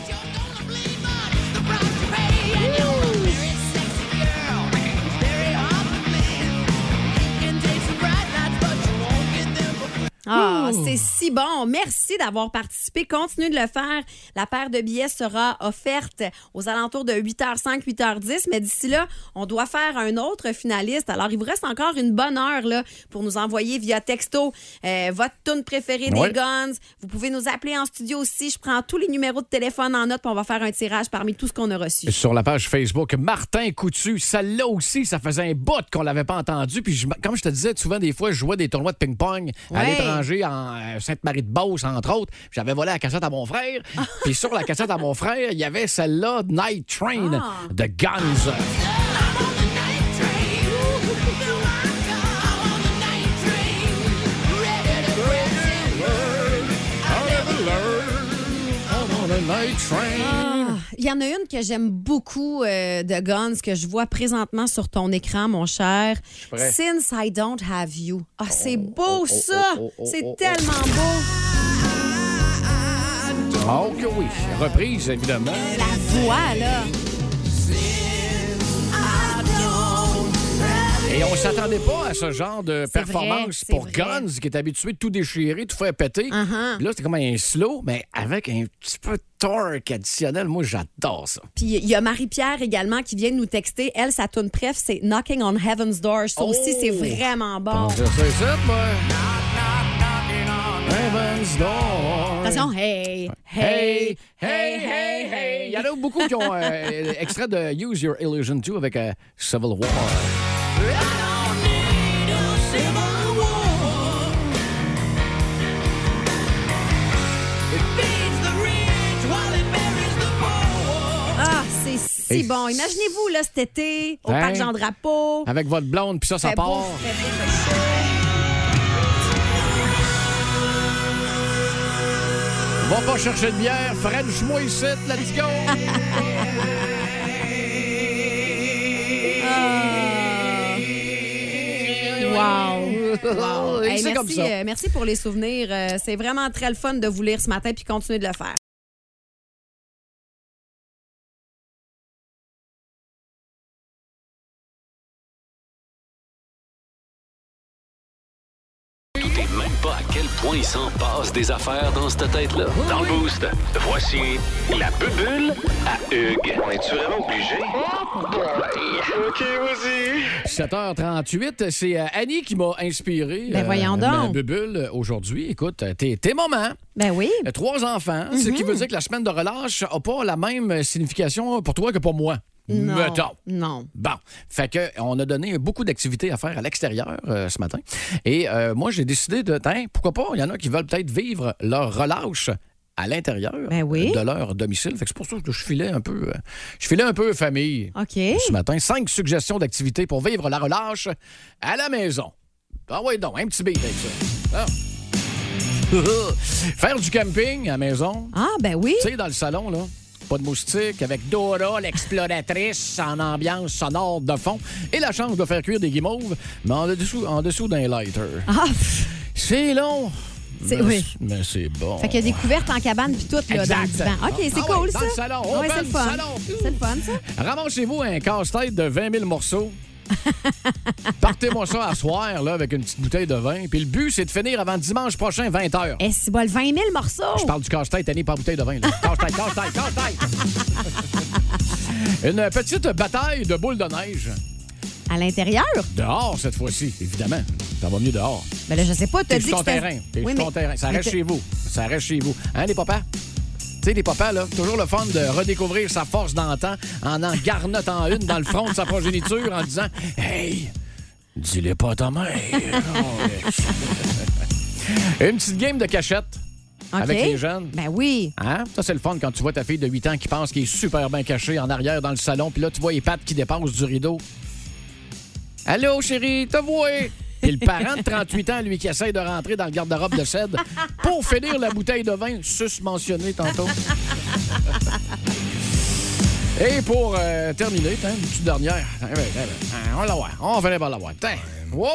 Speaker 4: Ah,
Speaker 12: Ouh.
Speaker 4: c'est si bon. Merci d'avoir participé. Continue de le faire. La paire de billets sera offerte aux alentours de 8h05, 8h10. Mais d'ici là, on doit faire un autre finaliste. Alors, il vous reste encore une bonne heure là, pour nous envoyer via texto euh, votre tune préférée
Speaker 13: Ouais.
Speaker 4: des Guns. Vous pouvez nous appeler en studio aussi. Je prends tous les numéros de téléphone en note puis on va faire un tirage parmi tout ce qu'on a reçu.
Speaker 1: Sur la page Facebook, Martin Coutu, celle-là aussi, ça faisait un bout qu'on l'avait pas entendu. Puis, je- comme je te disais, souvent, des fois, je jouais des tournois de ping-pong à
Speaker 4: Ouais.
Speaker 1: l'étranger, en euh, Sainte-Marie-de-Beauce, entre autres. J'avais volé la cassette à mon frère. Puis, sur la cassette à mon frère, il y avait celle-là, Night Train, de Guns.
Speaker 4: Ah, Il y en a une que j'aime beaucoup euh, de Guns que je vois présentement sur ton écran, mon cher.
Speaker 13: prêt.
Speaker 4: Since I Don't Have You. Ah, c'est beau
Speaker 13: oh,
Speaker 4: ça!
Speaker 13: oh, oh,
Speaker 4: c'est
Speaker 13: oh, oh.
Speaker 4: tellement beau!
Speaker 1: Oh que oui. Reprise, évidemment.
Speaker 4: La voix, là!
Speaker 1: Et on s'attendait pas à ce genre de
Speaker 13: C'est vrai,
Speaker 1: performance
Speaker 13: c'est
Speaker 1: pour
Speaker 13: vrai. Uh-huh.
Speaker 1: Guns, qui est habitué de tout déchirer, tout faire péter. Là, c'était comme un slow, mais avec un petit peu de torque additionnel. Moi, j'adore ça.
Speaker 4: Puis il y a Marie-Pierre également qui vient de nous texter. Elle, sa tune préf, c'est Knocking on Heaven's Door. Ça aussi,
Speaker 13: Oh!
Speaker 4: c'est vraiment bon.
Speaker 1: C'est ça, c'est ça, moi. Heaven's Door.
Speaker 13: Attention, hey,
Speaker 1: Hey, hey, hey, hey. Il y en a beaucoup qui
Speaker 13: [laughs]
Speaker 1: ont euh, extrait de Use Your Illusion 2 avec euh, Civil War.
Speaker 4: Ah, c'est si
Speaker 1: Et-
Speaker 4: bon. Imaginez-vous, là, cet été, au
Speaker 1: Hein?
Speaker 4: parc Jean-Drapeau.
Speaker 1: Avec votre blonde, puis ça, Ah, ça
Speaker 4: Fait
Speaker 1: part.
Speaker 4: beau, fait beau, fait chaud.
Speaker 1: Va pas chercher de bière. French-moi ici, let's go.
Speaker 4: Ah. Wow.
Speaker 1: Wow.
Speaker 4: Hey,
Speaker 1: C'est
Speaker 4: merci,
Speaker 1: comme ça.
Speaker 4: euh, merci pour les souvenirs. Euh, c'est vraiment très le fun de vous lire ce matin puis continuez de le faire.
Speaker 3: Tout est même pas à quel point il s'en passe des affaires dans cette tête-là. Dans le boost, voici la bubule à Hugues. Oh, On est-tu vraiment obligé?
Speaker 1: 7h38, c'est euh, Annie qui m'a inspiré. euh,
Speaker 4: Ben, voyons donc.
Speaker 1: ma Bubule, euh, aujourd'hui, écoute, euh, t'es t'es maman.
Speaker 4: Ben oui.
Speaker 1: Euh, Trois enfants, ce
Speaker 4: Mm-hmm.
Speaker 1: qui veut dire que la semaine de relâche n'a pas la même euh, signification pour toi que pour moi.
Speaker 4: Non.
Speaker 1: Mettons.
Speaker 4: Non.
Speaker 1: Bon, fait que on a donné beaucoup d'activités à faire à l'extérieur euh, ce matin. Et euh, moi, j'ai décidé de, tiens, pourquoi pas, il y en a qui veulent peut-être vivre leur relâche à l'intérieur
Speaker 4: Ben
Speaker 1: euh, de leur domicile. Fait que c'est pour ça que je filais un peu, euh, je filais un peu famille
Speaker 4: OK.
Speaker 1: ce matin. Cinq suggestions d'activités pour vivre la relâche à la maison. Ah oui, donc, un petit beat avec ça. Ah. [laughs] Faire du camping à la maison.
Speaker 4: Ah, ben oui.
Speaker 1: Tu sais, dans le salon, là. Pas de moustiques, avec Dora, l'exploratrice, [laughs] en ambiance sonore de fond, et la chance de faire cuire des guimauves, mais en dessous, en dessous d'un lighter.
Speaker 4: Ah,
Speaker 1: C'est long.
Speaker 4: C'est-
Speaker 1: mais,
Speaker 4: oui.
Speaker 1: mais c'est bon.
Speaker 4: Fait qu'il y a des couvertes en cabane puis tout là, dans le
Speaker 1: Exact.
Speaker 4: divan. OK, c'est
Speaker 1: Ah oui,
Speaker 4: cool
Speaker 1: dans
Speaker 4: ça.
Speaker 1: le salon,
Speaker 4: Ouais,
Speaker 1: open
Speaker 4: c'est le fun.
Speaker 1: salon.
Speaker 4: C'est le fun ça.
Speaker 1: Ramassez-vous un casse-tête de 20 000 morceaux. Partez-moi ça à soir, là, avec une petite bouteille de vin. Puis le but, c'est de finir avant dimanche prochain, 20 h.
Speaker 4: Et si Eh, le 20 000 morceaux.
Speaker 1: Je parle du casse-tête, Annie, par bouteille de vin. là. Casse-tête, casse-tête, casse-tête. Une petite bataille de boules de neige.
Speaker 4: À l'intérieur.
Speaker 1: Dehors, cette fois-ci, évidemment. Ça va mieux dehors.
Speaker 4: Ben là, je sais pas, t'as
Speaker 1: T'es
Speaker 4: dit
Speaker 1: sur
Speaker 4: que
Speaker 1: ton
Speaker 4: c'était-
Speaker 1: terrain. T'es
Speaker 4: Oui,
Speaker 1: sur ton
Speaker 4: mais-
Speaker 1: terrain. Ça
Speaker 4: mais
Speaker 1: reste
Speaker 4: t'es-
Speaker 1: chez vous. Ça reste chez vous. Hein, les papas? Tu sais, les papas, là, toujours le fun de redécouvrir sa force d'antan en en garnotant une dans le front de sa progéniture en disant Hey, dis-le pas à ta
Speaker 4: [laughs]
Speaker 1: mère. une petite game de cachette
Speaker 4: OK.
Speaker 1: avec les jeunes.
Speaker 4: Ben oui.
Speaker 1: Hein? Ça, c'est le fun quand tu vois ta fille de 8 ans qui pense qu'elle est super bien cachée en arrière dans le salon, puis là, tu vois les pattes qui dépassent du rideau. Allô, chérie, t'as voué? Et le parent de 38 ans, lui, qui essaye de rentrer dans le garde-robe de cèdre pour finir la bouteille de vin susmentionnée tantôt. Et pour euh, terminer, tiens, une petite dernière. Tiens, ben, tiens, ben, hein, on va la voir. On va pas la voir. Tiens. Wow!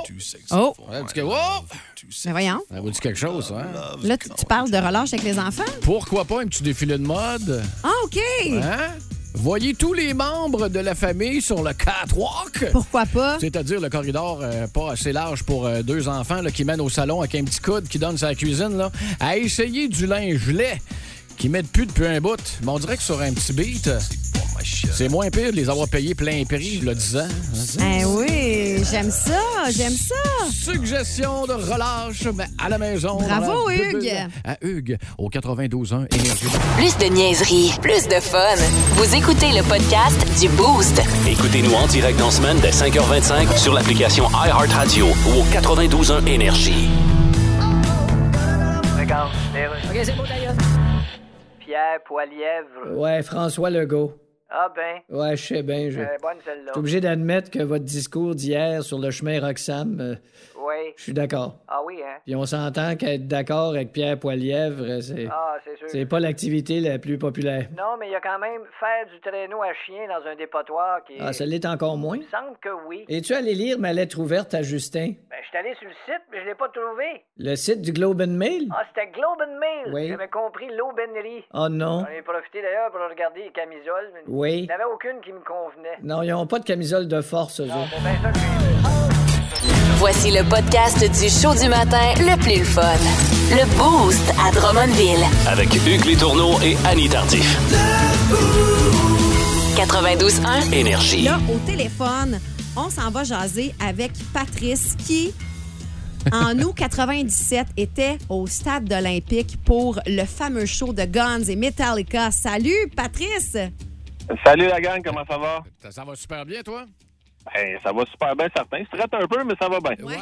Speaker 4: Oh!
Speaker 1: Un petit que- wow!
Speaker 4: Ben voyons.
Speaker 1: Ça vous dit quelque chose, hein?
Speaker 4: Là, tu, tu parles de relâche avec les enfants?
Speaker 1: Pourquoi pas un petit défilé de mode?
Speaker 4: Ah, OK.
Speaker 1: Hein? Voyez tous les membres de la famille sur le catwalk.
Speaker 4: Pourquoi pas?
Speaker 1: C'est-à-dire le corridor euh, pas assez large pour euh, deux enfants là, qui mènent au salon avec un petit coude qui donne sa cuisine là, à essayer du linge lait qui mettent plus depuis un bout. Mais on dirait que sur un petit beat, euh, c'est moins pire de les avoir payés plein prix, je le disais.
Speaker 4: Ben oui, j'aime ça, j'aime ça.
Speaker 1: Suggestion de relâche mais à la maison.
Speaker 4: Bravo,
Speaker 1: dans la bubule.
Speaker 4: Hugues.
Speaker 1: À Hugues, au 92.1 Énergie.
Speaker 2: Plus de niaiserie, plus de fun. Vous écoutez le podcast du Boost.
Speaker 3: Écoutez-nous en direct dans la semaine dès 5h25 sur l'application iHeartRadio ou au 92.1 Énergie.
Speaker 8: Ah.
Speaker 7: Regarde, OK, c'est beau, d'ailleurs. Pierre Poilièvre.
Speaker 8: Ouais, François Legault.
Speaker 7: Ah ben.
Speaker 8: Ouais, je sais bien. Je...
Speaker 7: Euh, bonne
Speaker 8: Je
Speaker 7: celle-là.
Speaker 8: suis obligé d'admettre que votre discours d'hier sur le chemin Roxham, euh,
Speaker 7: Oui.
Speaker 8: je suis d'accord.
Speaker 7: Ah oui, hein?
Speaker 8: Puis on s'entend qu'être d'accord avec Pierre Poilièvre, euh, c'est
Speaker 7: Ah, c'est sûr.
Speaker 8: c'est pas l'activité la plus populaire.
Speaker 7: Non, mais il y a quand même faire du traîneau à chien dans un dépotoir qui est...
Speaker 8: Ah, ça l'est encore moins.
Speaker 7: Il me semble que oui.
Speaker 8: Es-tu allé lire ma lettre ouverte à Justin?
Speaker 7: Ben, je suis allé sur le site, mais je l'ai pas trouvé.
Speaker 8: Le site du Globe and Mail?
Speaker 7: Ah, c'était Globe and Mail.
Speaker 8: Oui.
Speaker 7: J'avais compris l'aubainerie.
Speaker 8: Ah, non.
Speaker 7: J'en ai profité d'ailleurs pour regarder les camisoles. mais
Speaker 8: Oui.
Speaker 7: Il n'y en avait aucune qui me convenait. Ah,
Speaker 8: Non, ils n'ont pas de camisole de force, eux autres.
Speaker 7: Ben, ça, c'est-
Speaker 2: Voici le podcast du show du matin le plus fun. Le Boost à Drummondville.
Speaker 3: Avec Hugues Létourneau et Annie Tardif.
Speaker 2: 92.1.
Speaker 3: Énergie.
Speaker 4: Là, au téléphone, on s'en va jaser avec Patrice qui,
Speaker 1: [laughs]
Speaker 4: en août 97, était au stade olympique pour le fameux show de Guns et Metallica. Salut, Patrice!
Speaker 9: Salut la gang, comment ça va?
Speaker 1: Ça, ça va super bien, toi?
Speaker 9: Ben, ça va super bien, certain. Je traite un peu, mais ça va bien.
Speaker 1: Ouais. [laughs]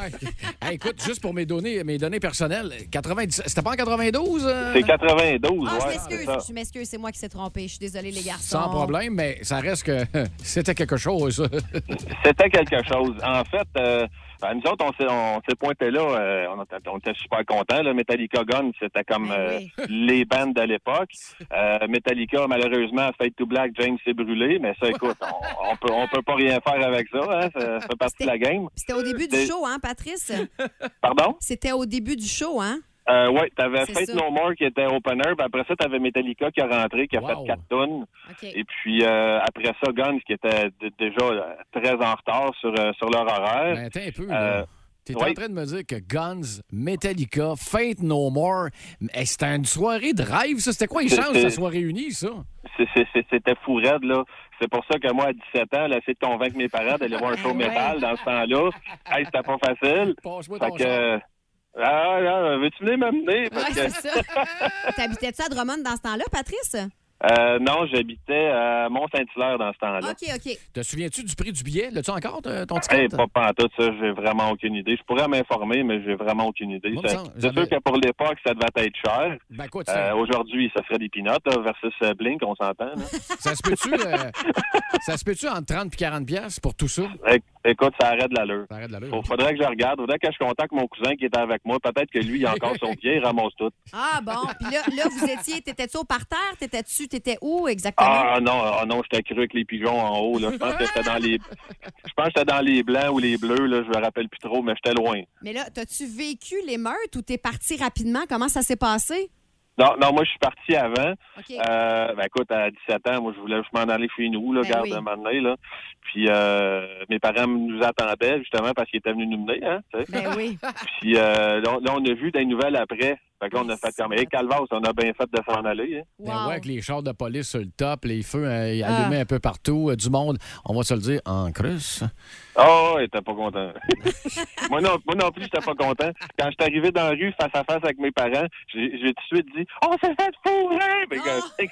Speaker 1: Hey, écoute, juste pour mes données, mes données personnelles, 90, c'était pas en 92? euh?
Speaker 9: C'est 92,
Speaker 4: Ah, je
Speaker 9: ouais. c'est
Speaker 4: m'excuse,
Speaker 9: ça.
Speaker 4: je m'excuse, c'est moi qui s'est trompé. Je suis désolée, les garçons.
Speaker 1: Sans problème, mais ça reste que [laughs] c'était quelque chose. [laughs]
Speaker 9: C'était quelque chose. En fait, euh, ben, nous autres, on s'est, on s'est pointé là. euh, on, était- on était super contents. Là. Metallica Gun, c'était comme euh, les bandes de l'époque. Euh, Metallica, malheureusement, Fade to Black, James s'est brûlé. Mais ça, écoute, on, on peut, on peut pas rien faire avec ça. Hein. Ça fait partie de la game.
Speaker 4: C'était au début du
Speaker 9: Des-
Speaker 4: show, hein, Patrice?
Speaker 9: Pardon?
Speaker 4: C'était au début du show, hein?
Speaker 9: Euh, oui, t'avais
Speaker 4: C'est
Speaker 9: Fate
Speaker 4: ça.
Speaker 9: No More qui était opener, puis après ça, t'avais Metallica qui a rentré, qui a fait quatre tonnes. Et puis euh, après ça, Guns qui était d- déjà euh, très en retard sur, euh, sur leur horaire.
Speaker 1: Ben, attends un peu, là.
Speaker 9: Euh,
Speaker 1: T'es
Speaker 9: oui.
Speaker 1: en train de me dire que Guns, Metallica, Faith No More, eh, c'était une soirée de rêve, ça. C'était quoi les
Speaker 9: C'est-
Speaker 1: chances que
Speaker 9: c'est-
Speaker 1: ça soit réuni, ça?
Speaker 9: C'est- c'est- c'est- C'était fou raide, là. C'est pour ça que moi, à 17 ans, j'ai essayé de convaincre mes parents d'aller voir un show métal dans ce temps-là. Hey, c'était pas facile.
Speaker 1: Passe-moi
Speaker 9: Fait
Speaker 1: ton
Speaker 9: que, euh, ah, ah, veux-tu venir m'amener? Parce
Speaker 4: Ouais,
Speaker 9: que-
Speaker 4: c'est ça. T'habitais-tu à Drummond dans ce temps-là, Patrice?
Speaker 9: Euh, non, j'habitais à Mont-Saint-Hilaire dans ce temps-là.
Speaker 4: OK, OK.
Speaker 1: Te souviens-tu du prix du billet? L'as-tu encore, t- ton ticket?
Speaker 9: Hey, Eh, pas pantoute, ça, j'ai vraiment aucune idée. Je pourrais m'informer, mais j'ai vraiment aucune idée.
Speaker 1: Moi,
Speaker 9: Ça-
Speaker 1: me semble,
Speaker 9: C'est
Speaker 1: j'avais-
Speaker 9: sûr que pour l'époque, ça devait être cher.
Speaker 1: Ben, écoute,
Speaker 9: Euh,
Speaker 1: ça,
Speaker 9: Aujourd'hui, ça serait des pinottes versus euh, Blink, on s'entend.
Speaker 4: [laughs]
Speaker 9: là.
Speaker 1: ça se peut-tu, euh, ça se peut-tu entre 30 et 40 piastres pour tout ça?
Speaker 9: Éc- Écoute, ça arrête l'allure.
Speaker 1: Ça
Speaker 9: [laughs]
Speaker 1: arrête l'allure.
Speaker 9: Faut- Faudrait que je regarde, faudrait que je contacte mon cousin qui était avec moi. Peut-être que lui, il a encore
Speaker 4: [laughs]
Speaker 9: son pied, il ramasse tout.
Speaker 4: Ah bon, puis là, là vous étiez, t'étais-tu au parterre, t'étais-tu, t'étais où exactement?
Speaker 9: Ah non, ah non, j'étais cru avec les pigeons en haut. Là. Je pense que j'étais dans les. Je pense que j'étais dans les blancs ou les bleus, là. je me rappelle plus trop, mais j'étais loin.
Speaker 4: Mais là, t'as-tu vécu l'émeute ou t'es parti rapidement? Comment ça s'est passé?
Speaker 9: Non, non, moi, je suis parti avant.
Speaker 4: OK.
Speaker 9: Euh, ben, écoute, à 17 ans, moi, je voulais je m'en aller chez nous, là,
Speaker 4: Ben
Speaker 9: garde
Speaker 4: oui.
Speaker 9: un moment donné, là. Puis, euh, mes parents nous attendaient, justement, parce qu'ils étaient venus nous mener, hein, tu sais.
Speaker 4: Ben
Speaker 9: [laughs]
Speaker 4: oui.
Speaker 9: Puis, euh, là, on- là, on a vu des nouvelles après. Fait que là, on a fait comme, hey, Calvas, on a bien fait de s'en aller, hein.
Speaker 1: Ben ouais, avec les chars de police sur le top, les feux euh,
Speaker 9: Ah.
Speaker 1: allumés un peu partout, euh, du monde, on va se le dire, en crus.
Speaker 9: Oh, il était pas content. [laughs] moi, non, moi non plus, j'étais pas content. Quand j'étais arrivé dans la rue face à face avec mes parents, j'ai j'ai tout de suite dit On s'est fait fourrer! Mais que-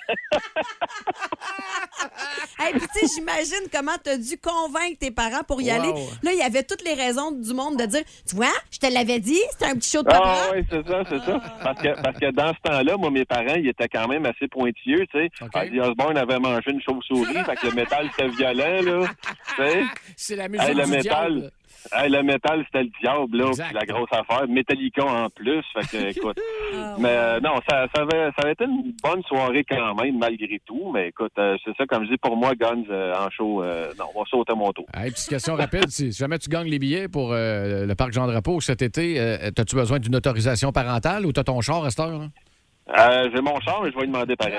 Speaker 4: Hey, puis tu sais, j'imagine comment t'as dû convaincre tes parents pour y
Speaker 9: Wow.
Speaker 4: aller. Là, il y avait toutes les raisons du monde de dire, tu vois, je te l'avais dit, c'était un petit show de papa.
Speaker 9: [laughs] Ah oui, c'est ça, c'est ça. Parce que, parce que dans ce temps-là, moi, mes parents, ils étaient quand même assez pointilleux, tu sais. Ozzy Osbourne avait mangé une chauve-souris, fait que le métal, c'était violent, là. Tu sais?
Speaker 1: C'est la musique
Speaker 9: Hey, le
Speaker 1: du
Speaker 9: métal.
Speaker 1: diable.
Speaker 9: Hey, le métal, c'était le diable, là.
Speaker 1: Exact.
Speaker 9: puis La grosse affaire. Metallica en plus, fait que, écoute. mais euh, non, ça, ça, avait, ça avait été une bonne soirée quand même, malgré tout. Mais écoute, euh, c'est ça, comme je dis, pour moi, Guns euh, en show, euh, non, on va sauter mon tour.
Speaker 1: Hey, petite question rapide, si si jamais tu gagnes les billets pour euh, le parc Jean-Drapeau cet été, euh, as-tu besoin d'une autorisation parentale ou t'as ton char à cette heure? hein? là?
Speaker 9: Euh, J'ai mon char, mais je vais lui demander pareil.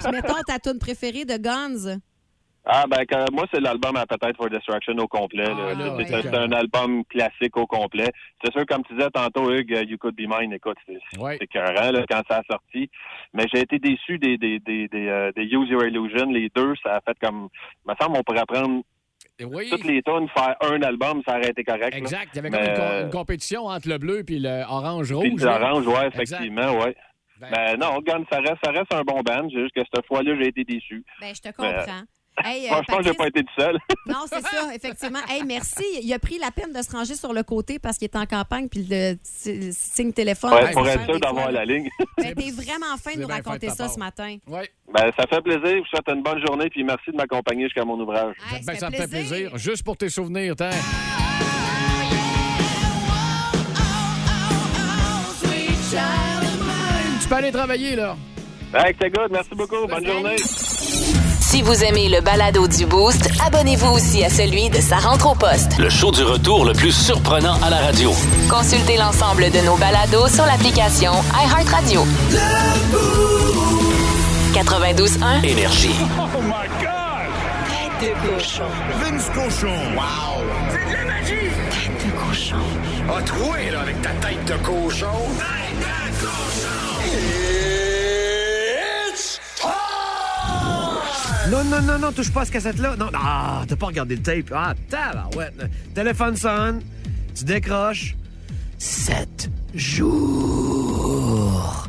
Speaker 4: Puis mettons ta tune préférée de Guns.
Speaker 9: Ah, ben, que- moi, c'est l'album à Appetite for Destruction au complet. là.
Speaker 1: Ah, là,
Speaker 9: C'est-
Speaker 1: ouais.
Speaker 9: Euh, c'est c'est un album classique au complet. C'est sûr, comme tu disais tantôt, Hugues, euh, You Could Be Mine, écoute, c'est c'est écœurant là, quand ça a sorti. Mais j'ai été déçu des, des, des, des, euh, des Use Your Illusion. Les deux, ça a fait comme... Il me semble qu'on pourrait prendre
Speaker 1: oui.
Speaker 9: toutes les tonnes, faire un album, ça aurait été correct. là.
Speaker 1: Exact. Il y avait comme
Speaker 9: Mais,
Speaker 1: une, com-
Speaker 9: euh,
Speaker 1: une compétition entre le bleu puis le
Speaker 9: puis
Speaker 1: orange-rouge.
Speaker 9: de
Speaker 1: là. Ben,
Speaker 9: l'orange, ouais,
Speaker 1: Oh, Exact.
Speaker 9: effectivement, ouais. Mais non, Gun, ça reste, ça reste un bon band. C'est juste que cette fois-là, j'ai été déçu.
Speaker 4: Ben, je te
Speaker 9: Mais, euh,
Speaker 4: comprends. Hey, euh,
Speaker 9: Franchement, j'ai
Speaker 4: Patrice-
Speaker 9: pas été tout seul.
Speaker 4: Non, c'est ça, effectivement. Hey, merci. Il a pris la peine de se ranger sur le côté parce qu'il est en campagne, puis le t- signe téléphone.
Speaker 9: Ouais,
Speaker 4: va
Speaker 9: pour
Speaker 4: se
Speaker 9: être
Speaker 4: faire
Speaker 9: sûr
Speaker 4: Ah, des
Speaker 9: d'avoir
Speaker 4: fois, là.
Speaker 9: la ligne. [laughs]
Speaker 4: Ben, t'es vraiment fin de nous
Speaker 1: bien fin de
Speaker 4: raconter
Speaker 1: ta
Speaker 4: ça
Speaker 1: part.
Speaker 4: ce matin.
Speaker 1: Oui.
Speaker 9: Ben, ça fait plaisir. Je vous souhaite une bonne journée, puis merci de m'accompagner jusqu'à mon ouvrage.
Speaker 1: Ben, ça me fait plaisir. Juste pour tes souvenirs, t'as. Tu peux aller travailler, là.
Speaker 9: Hey, c'est good. Merci beaucoup. Bonne journée.
Speaker 2: Si vous aimez le balado du Boost, abonnez-vous aussi à celui de sa rentre au poste.
Speaker 3: Le show du retour le plus surprenant à la radio.
Speaker 2: Consultez l'ensemble de nos balados sur l'application iHeartRadio. 92.1
Speaker 3: Énergie.
Speaker 5: Oh my God! Tête de cochon. Vince cochon. Wow! C'est de la magie! perdu! Tête de cochon. Ah, troué, là, avec ta tête de cochon. Tête de cochon! It's
Speaker 13: Non, non, non, non, touche pas à cette cassette-là. Non, ah, t'as pas regardé le tape. Ah, ouais. Téléphone sonne, tu décroches. Sept jours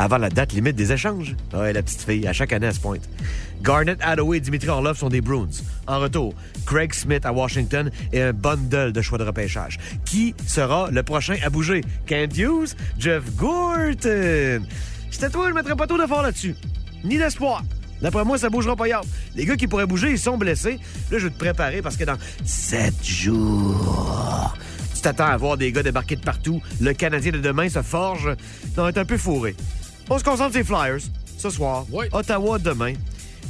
Speaker 13: avant la date limite des échanges. Ah ouais, la petite fille, à chaque année, elle se pointe. Garnett Hathaway et Dimitri Orlov sont des Bruins. En retour, Craig Smith à Washington et un bundle de choix de repêchage. Qui sera le prochain à bouger? Kent Hughes? Jeff Gorton? C'était toi, je mettrais pas trop d'efforts là-dessus. Ni d'espoir. D'après moi, ça bougera pas hier. Les gars qui pourraient bouger, ils sont blessés. Là, je vais te préparer parce que dans sept jours, tu t'attends à voir des gars débarquer de partout. Le Canadien de demain se forge. Non, est un peu fourré. On se concentre sur les Flyers ce soir. Ottawa demain.